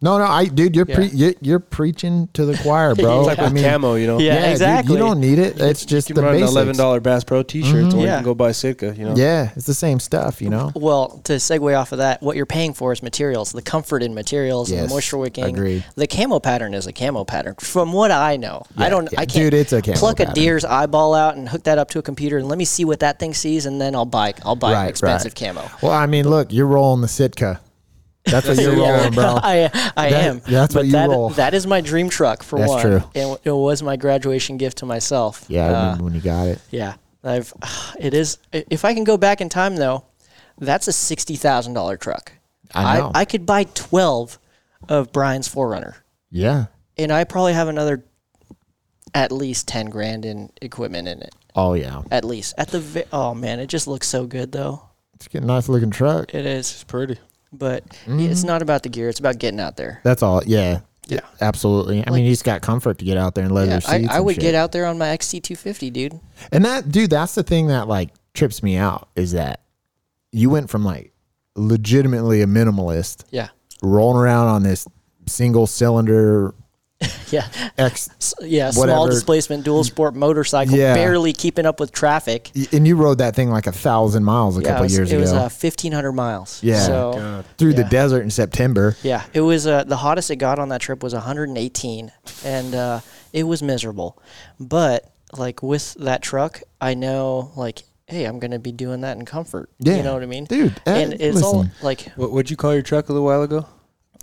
[SPEAKER 3] No, no, I dude, you're pre-
[SPEAKER 1] Yeah.
[SPEAKER 3] you, you're preaching to the choir, bro.
[SPEAKER 4] It's like
[SPEAKER 3] Oh, I
[SPEAKER 4] with
[SPEAKER 3] mean,
[SPEAKER 4] camo, you know.
[SPEAKER 1] Yeah,
[SPEAKER 3] dude,
[SPEAKER 1] exactly.
[SPEAKER 3] you don't need it. It's just
[SPEAKER 4] You
[SPEAKER 3] the
[SPEAKER 4] can run an
[SPEAKER 3] basics.
[SPEAKER 4] eleven dollar Bass Pro T-shirts, or you
[SPEAKER 1] Yeah.
[SPEAKER 4] can go buy Sitka. You know.
[SPEAKER 3] Yeah, it's the same stuff, you know.
[SPEAKER 1] Well, to segue off of that, what you're paying for is materials, the comfort in materials, and
[SPEAKER 3] Yes,
[SPEAKER 1] the moisture wicking.
[SPEAKER 3] agreed.
[SPEAKER 1] The camo pattern is a camo pattern, from what I know. I don't.
[SPEAKER 3] yeah.
[SPEAKER 1] I can't.
[SPEAKER 3] Dude, it's a camo
[SPEAKER 1] pluck
[SPEAKER 3] pattern.
[SPEAKER 1] a deer's eyeball out and hook that up to a computer and let me see what that thing sees, and then I'll buy. I'll buy an expensive camo.
[SPEAKER 3] Well, I mean, look, you're rolling the Sitka. That's what you're
[SPEAKER 4] Yeah.
[SPEAKER 3] rolling, bro.
[SPEAKER 1] I I
[SPEAKER 3] That-
[SPEAKER 1] am.
[SPEAKER 3] that's
[SPEAKER 1] but
[SPEAKER 3] what you
[SPEAKER 1] that,
[SPEAKER 3] roll.
[SPEAKER 1] That is my dream truck for
[SPEAKER 3] That's
[SPEAKER 1] one.
[SPEAKER 3] true.
[SPEAKER 1] And it was my graduation gift to myself.
[SPEAKER 3] Yeah, I
[SPEAKER 1] Uh,
[SPEAKER 3] remember when you got it.
[SPEAKER 1] yeah. I've. It is. If I can go back in time though, that's a sixty thousand dollar truck.
[SPEAKER 3] I know.
[SPEAKER 1] I, could buy twelve of Brian's Forerunner,
[SPEAKER 3] yeah.
[SPEAKER 1] and I probably have another at least ten grand in equipment in it.
[SPEAKER 3] Oh yeah.
[SPEAKER 1] At least at the. Vi- oh man, it just looks so good though.
[SPEAKER 3] It's getting a nice looking truck.
[SPEAKER 1] It is,
[SPEAKER 4] It's pretty.
[SPEAKER 1] but
[SPEAKER 3] Mm-hmm.
[SPEAKER 1] it's not about the gear. It's about getting out there.
[SPEAKER 3] That's all. Yeah.
[SPEAKER 1] Yeah.
[SPEAKER 3] Absolutely. I mean, he's got comfort to get out there and leather
[SPEAKER 1] Yeah,
[SPEAKER 3] seats.
[SPEAKER 1] I, I
[SPEAKER 3] and
[SPEAKER 1] would
[SPEAKER 3] shit.
[SPEAKER 1] get out there on my XT250, dude.
[SPEAKER 3] And that dude, that's the thing that like trips me out is that you went from like legitimately a minimalist
[SPEAKER 1] Yeah,
[SPEAKER 3] rolling around on this single cylinder
[SPEAKER 1] yeah,
[SPEAKER 3] X
[SPEAKER 1] S- yeah. Small
[SPEAKER 3] Whatever.
[SPEAKER 1] displacement dual sport motorcycle,
[SPEAKER 3] Yeah.
[SPEAKER 1] barely keeping up with traffic.
[SPEAKER 3] and you rode that thing like a thousand miles a
[SPEAKER 1] Yeah, it
[SPEAKER 3] couple
[SPEAKER 1] was,
[SPEAKER 3] years
[SPEAKER 1] it
[SPEAKER 3] ago
[SPEAKER 1] was uh, 1,500 miles.
[SPEAKER 3] Yeah.
[SPEAKER 1] so
[SPEAKER 3] through the
[SPEAKER 1] yeah.
[SPEAKER 3] desert in September.
[SPEAKER 1] Yeah, it was uh, the hottest it got on that trip was 118, and uh, it was miserable. But like with that truck, I know like, hey, I'm gonna be doing that in comfort.
[SPEAKER 3] Yeah.
[SPEAKER 1] you know what I mean,
[SPEAKER 3] Dude, uh,
[SPEAKER 1] and it's all
[SPEAKER 3] listen.
[SPEAKER 1] like
[SPEAKER 4] What would you call your truck a little while ago?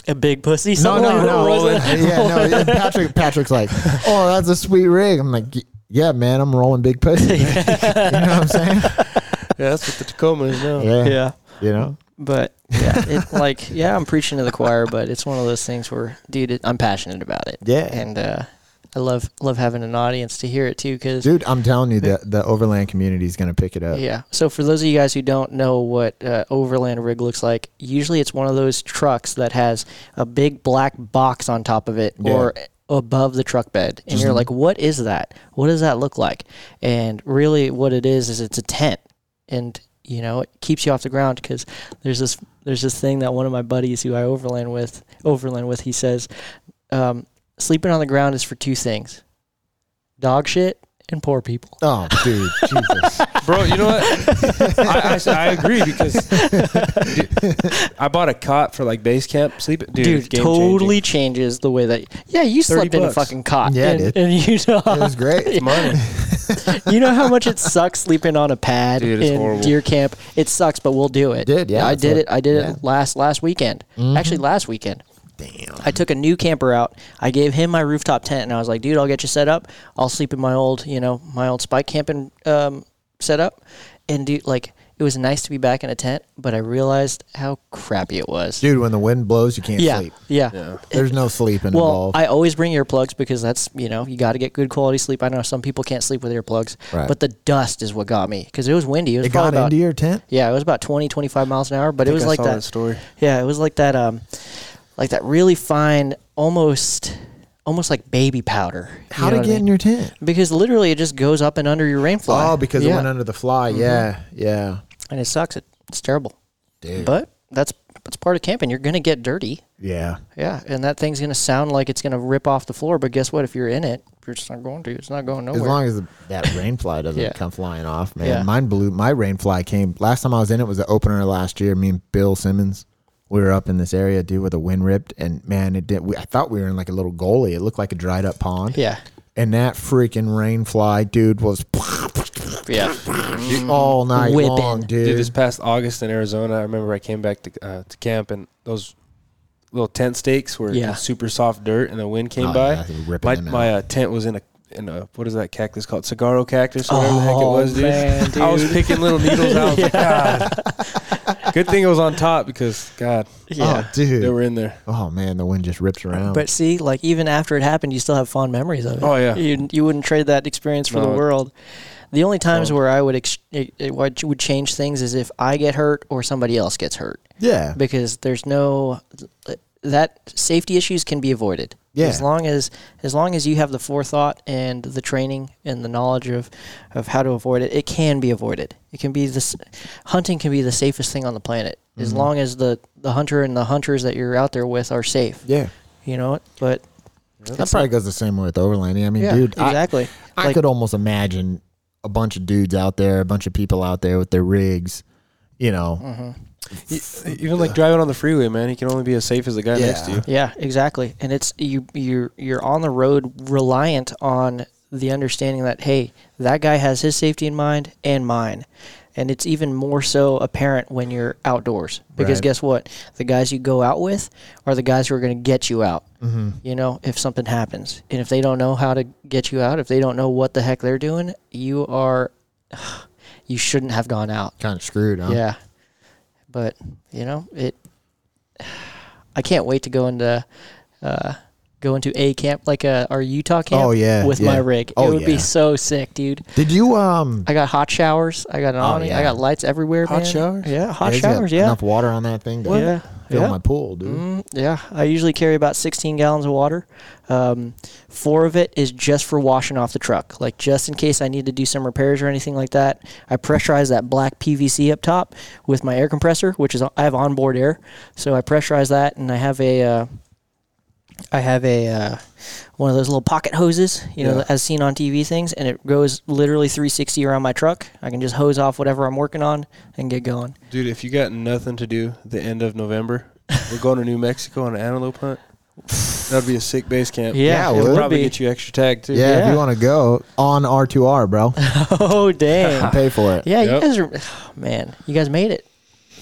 [SPEAKER 1] a big pussy.
[SPEAKER 3] No,
[SPEAKER 1] something
[SPEAKER 3] no, no.
[SPEAKER 1] like that.
[SPEAKER 3] rolling. yeah, no. and Patrick, Patrick's like, oh, that's a sweet rig. I'm like, "Y- yeah, man, I'm rolling big pussy. man." you know what I'm saying?
[SPEAKER 4] Yeah, that's what the Tacoma is now.
[SPEAKER 3] Yeah.
[SPEAKER 1] Yeah,
[SPEAKER 3] You know?
[SPEAKER 1] but yeah, it, like yeah, I'm preaching to the choir, but it's one of those things where, dude, it, I'm passionate about it.
[SPEAKER 3] Yeah.
[SPEAKER 1] and uh, I love love having an audience to hear it too, because
[SPEAKER 3] Dude, I'm telling you, the, the overland community is going to pick it up.
[SPEAKER 1] Yeah. So for those of you guys who don't know what uh, overland rig looks like, usually it's one of those trucks that has a big black box on top of it
[SPEAKER 3] Yeah.
[SPEAKER 1] or above the truck bed, and you're like, "What is that? What does that look like?" And really, what it is is it's a tent, and you know it keeps you off the ground because there's this there's this thing that one of my buddies who I overland with overland with he says, um, sleeping on the ground is for two things: dog shit, and poor people.
[SPEAKER 3] Oh, dude, Jesus.
[SPEAKER 4] Bro, you know what? I, I, I agree because dude, I bought a cot for like base camp sleep. Dude,
[SPEAKER 1] Dude,
[SPEAKER 4] it's game
[SPEAKER 1] totally changes the way that. Yeah, you slept in a
[SPEAKER 4] bucks.
[SPEAKER 1] fucking cot.
[SPEAKER 3] Yeah, I
[SPEAKER 1] and,
[SPEAKER 3] did.
[SPEAKER 1] and you
[SPEAKER 3] It
[SPEAKER 1] know,
[SPEAKER 3] was great.
[SPEAKER 4] changing. money.
[SPEAKER 1] you know how much it sucks sleeping on a pad
[SPEAKER 4] Dude, it's
[SPEAKER 1] in
[SPEAKER 4] horrible.
[SPEAKER 1] deer camp. It sucks, but we'll do it.
[SPEAKER 3] did, yeah,
[SPEAKER 1] I
[SPEAKER 3] that's
[SPEAKER 1] did
[SPEAKER 3] what-
[SPEAKER 1] it. I did
[SPEAKER 3] yeah. Mm-hmm.
[SPEAKER 1] it last last weekend. Actually, last weekend.
[SPEAKER 3] Damn.
[SPEAKER 1] I took a new camper out. I gave him my rooftop tent, and I was like, "Dude, I'll get you set up. I'll sleep in my old, you know, my old spike camping um, setup." And dude, like, it was nice to be back in a tent, but I realized how crappy it was.
[SPEAKER 3] Dude, when the wind blows, you can't
[SPEAKER 1] yeah,
[SPEAKER 3] sleep.
[SPEAKER 1] yeah.
[SPEAKER 3] There's no sleep
[SPEAKER 1] Well,
[SPEAKER 3] involved.
[SPEAKER 1] I always bring earplugs because that's you know you got to get good quality sleep. I know some people can't sleep with earplugs,
[SPEAKER 3] Right.
[SPEAKER 1] but the dust is what got me because it was windy. It was
[SPEAKER 3] it
[SPEAKER 1] probably
[SPEAKER 3] got
[SPEAKER 1] about
[SPEAKER 3] into your tent?
[SPEAKER 1] yeah, it was about 20, 25 miles an hour, but it
[SPEAKER 4] I
[SPEAKER 1] was
[SPEAKER 4] think I
[SPEAKER 1] like
[SPEAKER 4] saw
[SPEAKER 1] that.
[SPEAKER 4] that story.
[SPEAKER 1] Yeah, it was like that. Um, like that really fine, almost, almost like baby powder. You
[SPEAKER 3] How'd
[SPEAKER 1] know
[SPEAKER 3] it
[SPEAKER 1] what I
[SPEAKER 3] get in
[SPEAKER 1] mean?
[SPEAKER 3] your tent?
[SPEAKER 1] Because literally, it just goes up and under your rain fly.
[SPEAKER 3] Oh, because
[SPEAKER 1] yeah. Mm-hmm.
[SPEAKER 3] it went under the fly. Yeah, yeah.
[SPEAKER 1] and it sucks. It, it's terrible.
[SPEAKER 3] Dude.
[SPEAKER 1] But that's that's part of camping. You're gonna get dirty.
[SPEAKER 3] Yeah.
[SPEAKER 1] Yeah, and that thing's gonna sound like it's gonna rip off the floor. But guess what? If you're in it, you're just not going to. It's not going
[SPEAKER 3] As
[SPEAKER 1] nowhere.
[SPEAKER 3] long as the, that rain fly doesn't
[SPEAKER 1] Yeah.
[SPEAKER 3] come flying off, man.
[SPEAKER 1] Yeah.
[SPEAKER 3] Mine blew. My rain fly came last time I was in it was the opener last year. Me and Bill Simmons, we were up in this area, dude, where the wind ripped, and man, it did. We, I thought we were in like a little gully. It looked like a dried up pond.
[SPEAKER 1] yeah,
[SPEAKER 3] And that freaking rain fly, dude, was
[SPEAKER 1] yeah.
[SPEAKER 3] all night
[SPEAKER 1] Whipping.
[SPEAKER 3] long, dude.
[SPEAKER 4] Dude, this past August in Arizona, I remember I came back to uh, to camp and those little tent stakes were
[SPEAKER 1] Yeah.
[SPEAKER 4] in super soft dirt, and the wind came
[SPEAKER 3] Oh,
[SPEAKER 4] by.
[SPEAKER 3] yeah, they were ripping
[SPEAKER 4] my
[SPEAKER 3] them out.
[SPEAKER 4] my uh, tent was in a in a what is that cactus called? Cigarro cactus or whatever the heck it
[SPEAKER 1] Oh,
[SPEAKER 4] was, dude.
[SPEAKER 1] man,
[SPEAKER 4] I was picking little needles out. I was like, God. Good thing it was on top because God,
[SPEAKER 1] yeah.
[SPEAKER 3] Oh, dude.
[SPEAKER 4] they were in there.
[SPEAKER 3] oh man, the wind just rips around.
[SPEAKER 1] But see, like even after it happened, you still have fond memories of it.
[SPEAKER 4] Oh, yeah.
[SPEAKER 1] you, you wouldn't trade that experience for the
[SPEAKER 4] No.
[SPEAKER 1] world. The only times where I would ex- it, it, what would change things is if I get hurt or somebody else gets hurt,
[SPEAKER 3] yeah,
[SPEAKER 1] because there's no that safety issues can be avoided.
[SPEAKER 3] Yeah.
[SPEAKER 1] as long as as long as you have the forethought and the training and the knowledge of of how to avoid it, it can be avoided. It can be this hunting can be the safest thing on the planet
[SPEAKER 4] Mm-hmm.
[SPEAKER 1] as long as the the hunter and the hunters that you're out there with are safe
[SPEAKER 3] yeah.
[SPEAKER 1] you know it, but
[SPEAKER 3] That probably goes the same way with overlanding. I mean,
[SPEAKER 1] yeah,
[SPEAKER 3] dude, I-
[SPEAKER 1] exactly.
[SPEAKER 3] I
[SPEAKER 1] Like-
[SPEAKER 3] could almost imagine a bunch of dudes out there, a bunch of people out there with their rigs, you know.
[SPEAKER 1] Mm-hmm.
[SPEAKER 4] E- Even like driving on the freeway, man, he can only be as safe as the guy next to
[SPEAKER 3] Yeah.
[SPEAKER 4] you.
[SPEAKER 1] yeah, exactly. And it's you you're you're on the road reliant on the understanding that hey, that guy has his safety in mind and mine. And it's even more so apparent when you're outdoors because
[SPEAKER 3] Right.
[SPEAKER 1] guess what? The guys you go out with are the guys who are going to get you out.
[SPEAKER 3] Mm-hmm.
[SPEAKER 1] You know, if something happens. And if they don't know how to get you out, if they don't know what the heck they're doing, you are you shouldn't have gone out.
[SPEAKER 3] Kind of screwed, huh?
[SPEAKER 1] Yeah. But, you know, it I can't wait to go into uh go into a camp like uh, our Utah camp
[SPEAKER 3] Oh, yeah,
[SPEAKER 1] with my
[SPEAKER 3] yeah.
[SPEAKER 1] rig.
[SPEAKER 3] Oh,
[SPEAKER 1] it would be
[SPEAKER 3] yeah.
[SPEAKER 1] so sick, dude.
[SPEAKER 3] Did you um
[SPEAKER 1] I got hot showers, I got an awning, I
[SPEAKER 3] Oh, yeah.
[SPEAKER 1] got lights everywhere,
[SPEAKER 4] Hot
[SPEAKER 1] man.
[SPEAKER 4] showers?
[SPEAKER 1] Yeah, hot
[SPEAKER 3] yeah, he's got
[SPEAKER 1] showers, yeah.
[SPEAKER 3] enough water on that thing to
[SPEAKER 1] Yeah.
[SPEAKER 3] fill
[SPEAKER 1] yeah.
[SPEAKER 3] my pool, dude?
[SPEAKER 1] Mm, yeah, I usually carry about 16 gallons of water. Um, four of it is just for washing off the truck, like just in case I need to do some repairs or anything like that. I pressurize that black PVC up top with my air compressor, which is I have onboard air, so I pressurize that, and I have a uh, I have a uh, one of those little pocket hoses, you know,
[SPEAKER 4] Yeah.
[SPEAKER 1] as seen on TV things, and it goes literally 360 around my truck. I can just hose off whatever I'm working on and get going.
[SPEAKER 4] Dude, if you got nothing to do the end of November, we're going to New Mexico on an antelope hunt. That'd be a sick base camp.
[SPEAKER 1] Yeah,
[SPEAKER 3] it
[SPEAKER 4] It'll
[SPEAKER 3] would
[SPEAKER 4] probably get you extra tag too.
[SPEAKER 3] Yeah, if
[SPEAKER 1] Yeah.
[SPEAKER 3] you want to go on R2R, bro,
[SPEAKER 1] Oh dang!
[SPEAKER 3] I'll pay for it.
[SPEAKER 1] Yeah,
[SPEAKER 4] Yep.
[SPEAKER 1] you guys are, man. You guys made it.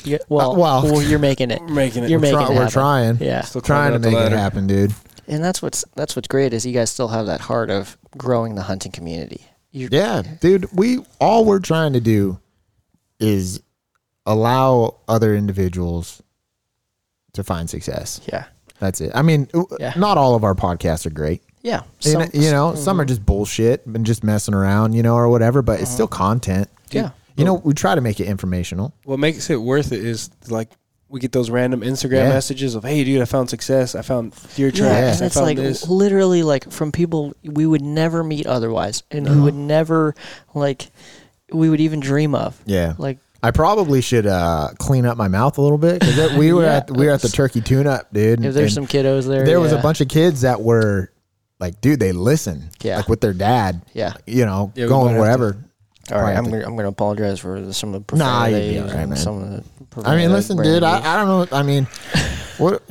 [SPEAKER 1] You, well,
[SPEAKER 3] Uh, well.
[SPEAKER 1] well, you're making it.
[SPEAKER 4] We're making it.
[SPEAKER 1] You're
[SPEAKER 4] We're
[SPEAKER 1] making
[SPEAKER 3] Try-
[SPEAKER 1] it.
[SPEAKER 3] we're
[SPEAKER 1] happen.
[SPEAKER 3] trying.
[SPEAKER 1] Yeah,
[SPEAKER 4] Still
[SPEAKER 3] Trying to
[SPEAKER 4] climbing
[SPEAKER 3] make
[SPEAKER 4] up
[SPEAKER 3] it
[SPEAKER 4] the ladder.
[SPEAKER 3] happen, dude.
[SPEAKER 1] and that's what's that's what's great is you guys still have that heart of growing the hunting community. You're,
[SPEAKER 3] Yeah, dude, we all we're trying to do is allow other individuals to find success.
[SPEAKER 1] yeah,
[SPEAKER 3] That's it. I mean, w-
[SPEAKER 1] Yeah.
[SPEAKER 3] not all of our podcasts are great.
[SPEAKER 1] yeah.
[SPEAKER 3] You
[SPEAKER 1] Some- Mm-hmm.
[SPEAKER 3] know- you know, some are just bullshit and just messing around, you know, or whatever, but it's still content.
[SPEAKER 1] Mm-hmm. yeah,
[SPEAKER 3] You know, we try to make it informational.
[SPEAKER 4] What makes it worth it is like we get those random Instagram
[SPEAKER 3] Yeah.
[SPEAKER 4] messages of, "Hey, dude, I found success. I found deer
[SPEAKER 1] yeah.
[SPEAKER 4] tracks.
[SPEAKER 1] And
[SPEAKER 4] I
[SPEAKER 1] it's
[SPEAKER 4] found
[SPEAKER 1] like
[SPEAKER 4] this."
[SPEAKER 1] literally like from people we would never meet otherwise, and we
[SPEAKER 3] Uh-huh.
[SPEAKER 1] would never like we would even dream of.
[SPEAKER 3] Yeah.
[SPEAKER 1] Like
[SPEAKER 3] I probably should uh, clean up my mouth a little bit because we were
[SPEAKER 1] Yeah.
[SPEAKER 3] at we were at the turkey tune up, dude.
[SPEAKER 1] if there's
[SPEAKER 3] and
[SPEAKER 1] some kiddos there,
[SPEAKER 3] there was a
[SPEAKER 1] yeah.
[SPEAKER 3] bunch of kids that were like, dude, they listen.
[SPEAKER 1] Yeah.
[SPEAKER 3] Like with their dad.
[SPEAKER 1] Yeah.
[SPEAKER 3] You know,
[SPEAKER 4] Yeah, we might
[SPEAKER 3] going
[SPEAKER 4] have to-
[SPEAKER 3] wherever.
[SPEAKER 1] All right,
[SPEAKER 3] Probably
[SPEAKER 1] I'm
[SPEAKER 3] have
[SPEAKER 1] gonna, I'm gonna apologize for some of the
[SPEAKER 3] Nah, you'd be
[SPEAKER 1] profanities
[SPEAKER 3] all right,
[SPEAKER 1] and
[SPEAKER 3] man.
[SPEAKER 1] some of the.
[SPEAKER 3] I mean,
[SPEAKER 1] profanity
[SPEAKER 3] listen,
[SPEAKER 1] brand
[SPEAKER 3] dude.
[SPEAKER 1] use.
[SPEAKER 3] I, I don't know. I mean, what?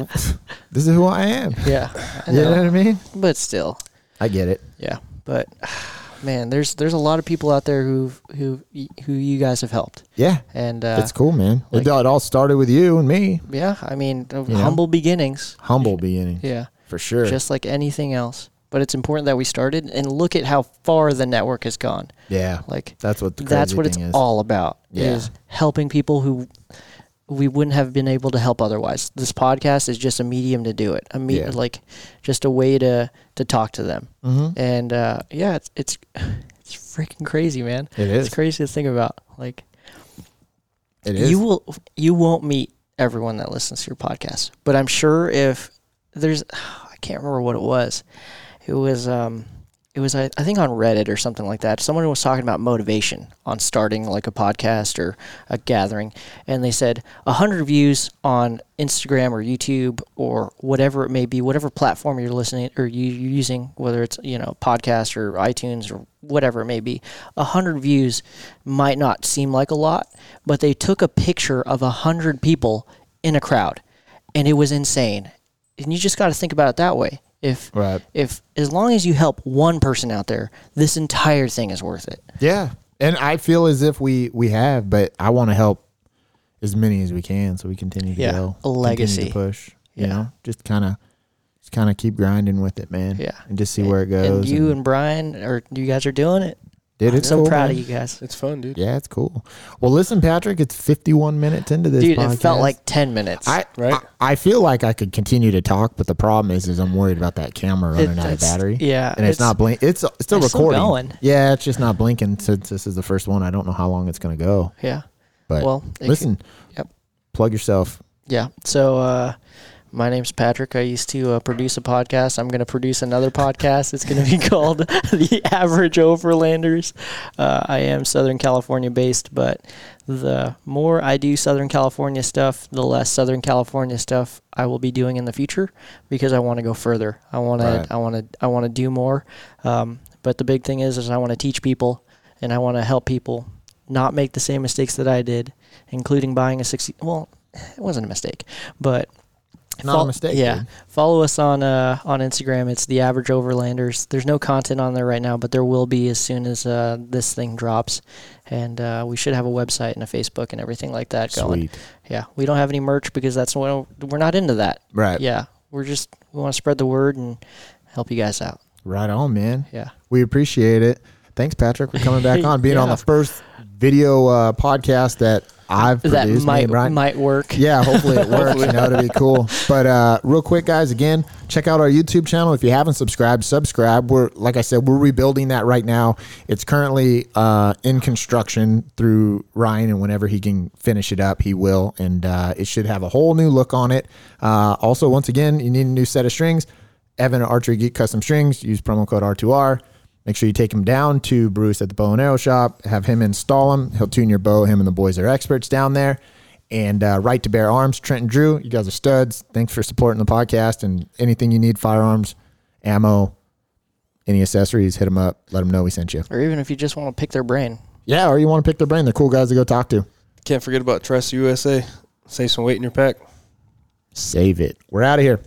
[SPEAKER 3] This is who I am.
[SPEAKER 1] yeah, I
[SPEAKER 3] You know
[SPEAKER 1] know,
[SPEAKER 3] what I mean?
[SPEAKER 1] but still,
[SPEAKER 3] I get it.
[SPEAKER 1] yeah. But man, there's there's a lot of people out there who who who you guys have helped,
[SPEAKER 3] Yeah,
[SPEAKER 1] and uh,
[SPEAKER 3] that's cool, man.
[SPEAKER 1] like-
[SPEAKER 3] it, all- it all started with you and me.
[SPEAKER 1] yeah, I mean, uh,
[SPEAKER 3] Yeah.
[SPEAKER 1] humble beginnings.
[SPEAKER 3] Humble beginning,
[SPEAKER 1] Yeah,
[SPEAKER 3] for sure.
[SPEAKER 1] just like anything else. But it's important that we started and look at how far the network has gone.
[SPEAKER 3] yeah,
[SPEAKER 1] Like
[SPEAKER 3] that's what the crazy
[SPEAKER 1] that's what it's
[SPEAKER 3] thing is.
[SPEAKER 1] all about
[SPEAKER 3] Yeah.
[SPEAKER 1] is helping people who we wouldn't have been able to help otherwise this podcast is just a medium to do it a me-
[SPEAKER 3] Yeah.
[SPEAKER 1] like just a way to to talk to them
[SPEAKER 3] Mhm.
[SPEAKER 1] and uh yeah it's it's it's freaking crazy man
[SPEAKER 3] It
[SPEAKER 1] it's
[SPEAKER 3] is.
[SPEAKER 1] crazy to think about like
[SPEAKER 3] It is.
[SPEAKER 1] you will you won't meet everyone that listens to your podcast but i'm sure if there's i can't remember what it was it was um it was I, I think on reddit or something like that someone was talking about motivation on starting like a podcast or a gathering and they said 100 views on instagram or youtube or whatever it may be whatever platform you're listening or you, you're using whether it's you know podcast or itunes or whatever it may be 100 views might not seem like a lot but they took a picture of 100 people in a crowd and it was insane and you just got to think about it that way if
[SPEAKER 3] Right.
[SPEAKER 1] if as long as you help one person out there, this entire thing is worth it.
[SPEAKER 3] Yeah, and I feel as if we we have, but I want to help as many as we can, so we continue to
[SPEAKER 1] Yeah,
[SPEAKER 3] go,
[SPEAKER 1] a legacy.
[SPEAKER 3] continue to push. You
[SPEAKER 1] Yeah.
[SPEAKER 3] know, just kind of, just kind of keep grinding with it, man.
[SPEAKER 1] Yeah.
[SPEAKER 3] and just see where it
[SPEAKER 1] And
[SPEAKER 3] goes.
[SPEAKER 1] you and, Brian are you guys are doing it.
[SPEAKER 3] dude,
[SPEAKER 1] I'm
[SPEAKER 3] it's
[SPEAKER 1] so
[SPEAKER 3] cool,
[SPEAKER 1] proud
[SPEAKER 3] man.
[SPEAKER 1] of you guys.
[SPEAKER 4] It's fun, dude.
[SPEAKER 3] Yeah, it's cool. Well, listen, Patrick, it's 51 minutes into this.
[SPEAKER 1] Dude, it felt
[SPEAKER 3] podcast.
[SPEAKER 1] like 10 minutes.
[SPEAKER 3] I,
[SPEAKER 4] Right?
[SPEAKER 3] I I feel like I could continue to talk, but the problem is, is I'm worried about that camera
[SPEAKER 1] It-
[SPEAKER 3] running out of
[SPEAKER 1] it's-
[SPEAKER 3] battery.
[SPEAKER 1] yeah,
[SPEAKER 3] and it's,
[SPEAKER 1] it's-
[SPEAKER 3] not blink. It's it's still
[SPEAKER 1] It's still
[SPEAKER 3] recording.
[SPEAKER 1] going.
[SPEAKER 3] Yeah, it's just not blinking since this is the first one. I don't know how long it's gonna go.
[SPEAKER 1] yeah.
[SPEAKER 3] But
[SPEAKER 1] Well, it could-
[SPEAKER 3] listen,
[SPEAKER 1] yep.
[SPEAKER 3] plug yourself.
[SPEAKER 1] Yeah. So uh my name's Patrick. I used to uh, produce a podcast. I'm going to produce another podcast. It's going to be called The Average Overlanders. Uh, I am Southern California based, but the more I do Southern California stuff, the less Southern California stuff I will be doing in the future because I want to go further. I want
[SPEAKER 3] Right.
[SPEAKER 1] to. I want to. I want to do more. Um, but the big thing is, is I want to teach people and I want to help people not make the same mistakes that I did, including buying a sixty. Well, it wasn't a mistake, but
[SPEAKER 3] Not
[SPEAKER 1] Fol-
[SPEAKER 3] a mistake.
[SPEAKER 1] Yeah,
[SPEAKER 3] dude.
[SPEAKER 1] follow us on uh, on Instagram. It's the Average Overlanders. There's no content on there right now, but there will be as soon as uh, this thing drops, and uh, we should have a website and a Facebook and everything like that going.
[SPEAKER 3] Sweet.
[SPEAKER 1] Yeah, we don't have any merch because that's what we're not into that.
[SPEAKER 3] Right.
[SPEAKER 1] Yeah, we're just we want to spread the word and help you guys out.
[SPEAKER 3] Right on, man.
[SPEAKER 1] Yeah.
[SPEAKER 3] We appreciate it. Thanks, Patrick, for coming back on, being on
[SPEAKER 1] Yeah.
[SPEAKER 3] the first video uh, podcast that I've produced.
[SPEAKER 1] that
[SPEAKER 3] me
[SPEAKER 1] might
[SPEAKER 3] and Brian.
[SPEAKER 1] might work.
[SPEAKER 3] Yeah, hopefully it works. you know, it'll be cool. But uh, real quick, guys, again, check out our YouTube channel. If you haven't subscribed, subscribe. We're like I said, we're rebuilding that right now. It's currently uh, in construction through Ryan, and whenever he can finish it up, he will, and uh, it should have a whole new look on it. Uh, also, once again, you need a new set of strings. Evan at Archery Geek Custom Strings. Use promo code R2R. Make sure you take him down to Bruce at the Bow and Arrow Shop. Have him install them. He'll tune your bow. Him and the boys are experts down there. And uh, Right to Bear Arms, Trent and Drew, you guys are studs. Thanks for supporting the podcast and anything you need firearms, ammo, any accessories, hit them up. Let them know we sent you.
[SPEAKER 1] Or even if you just want to pick their brain.
[SPEAKER 3] Yeah, or you want to pick their brain. They're cool guys to go talk to.
[SPEAKER 4] Can't forget about Trust USA. Save some weight in your pack.
[SPEAKER 3] Save it. We're out of here.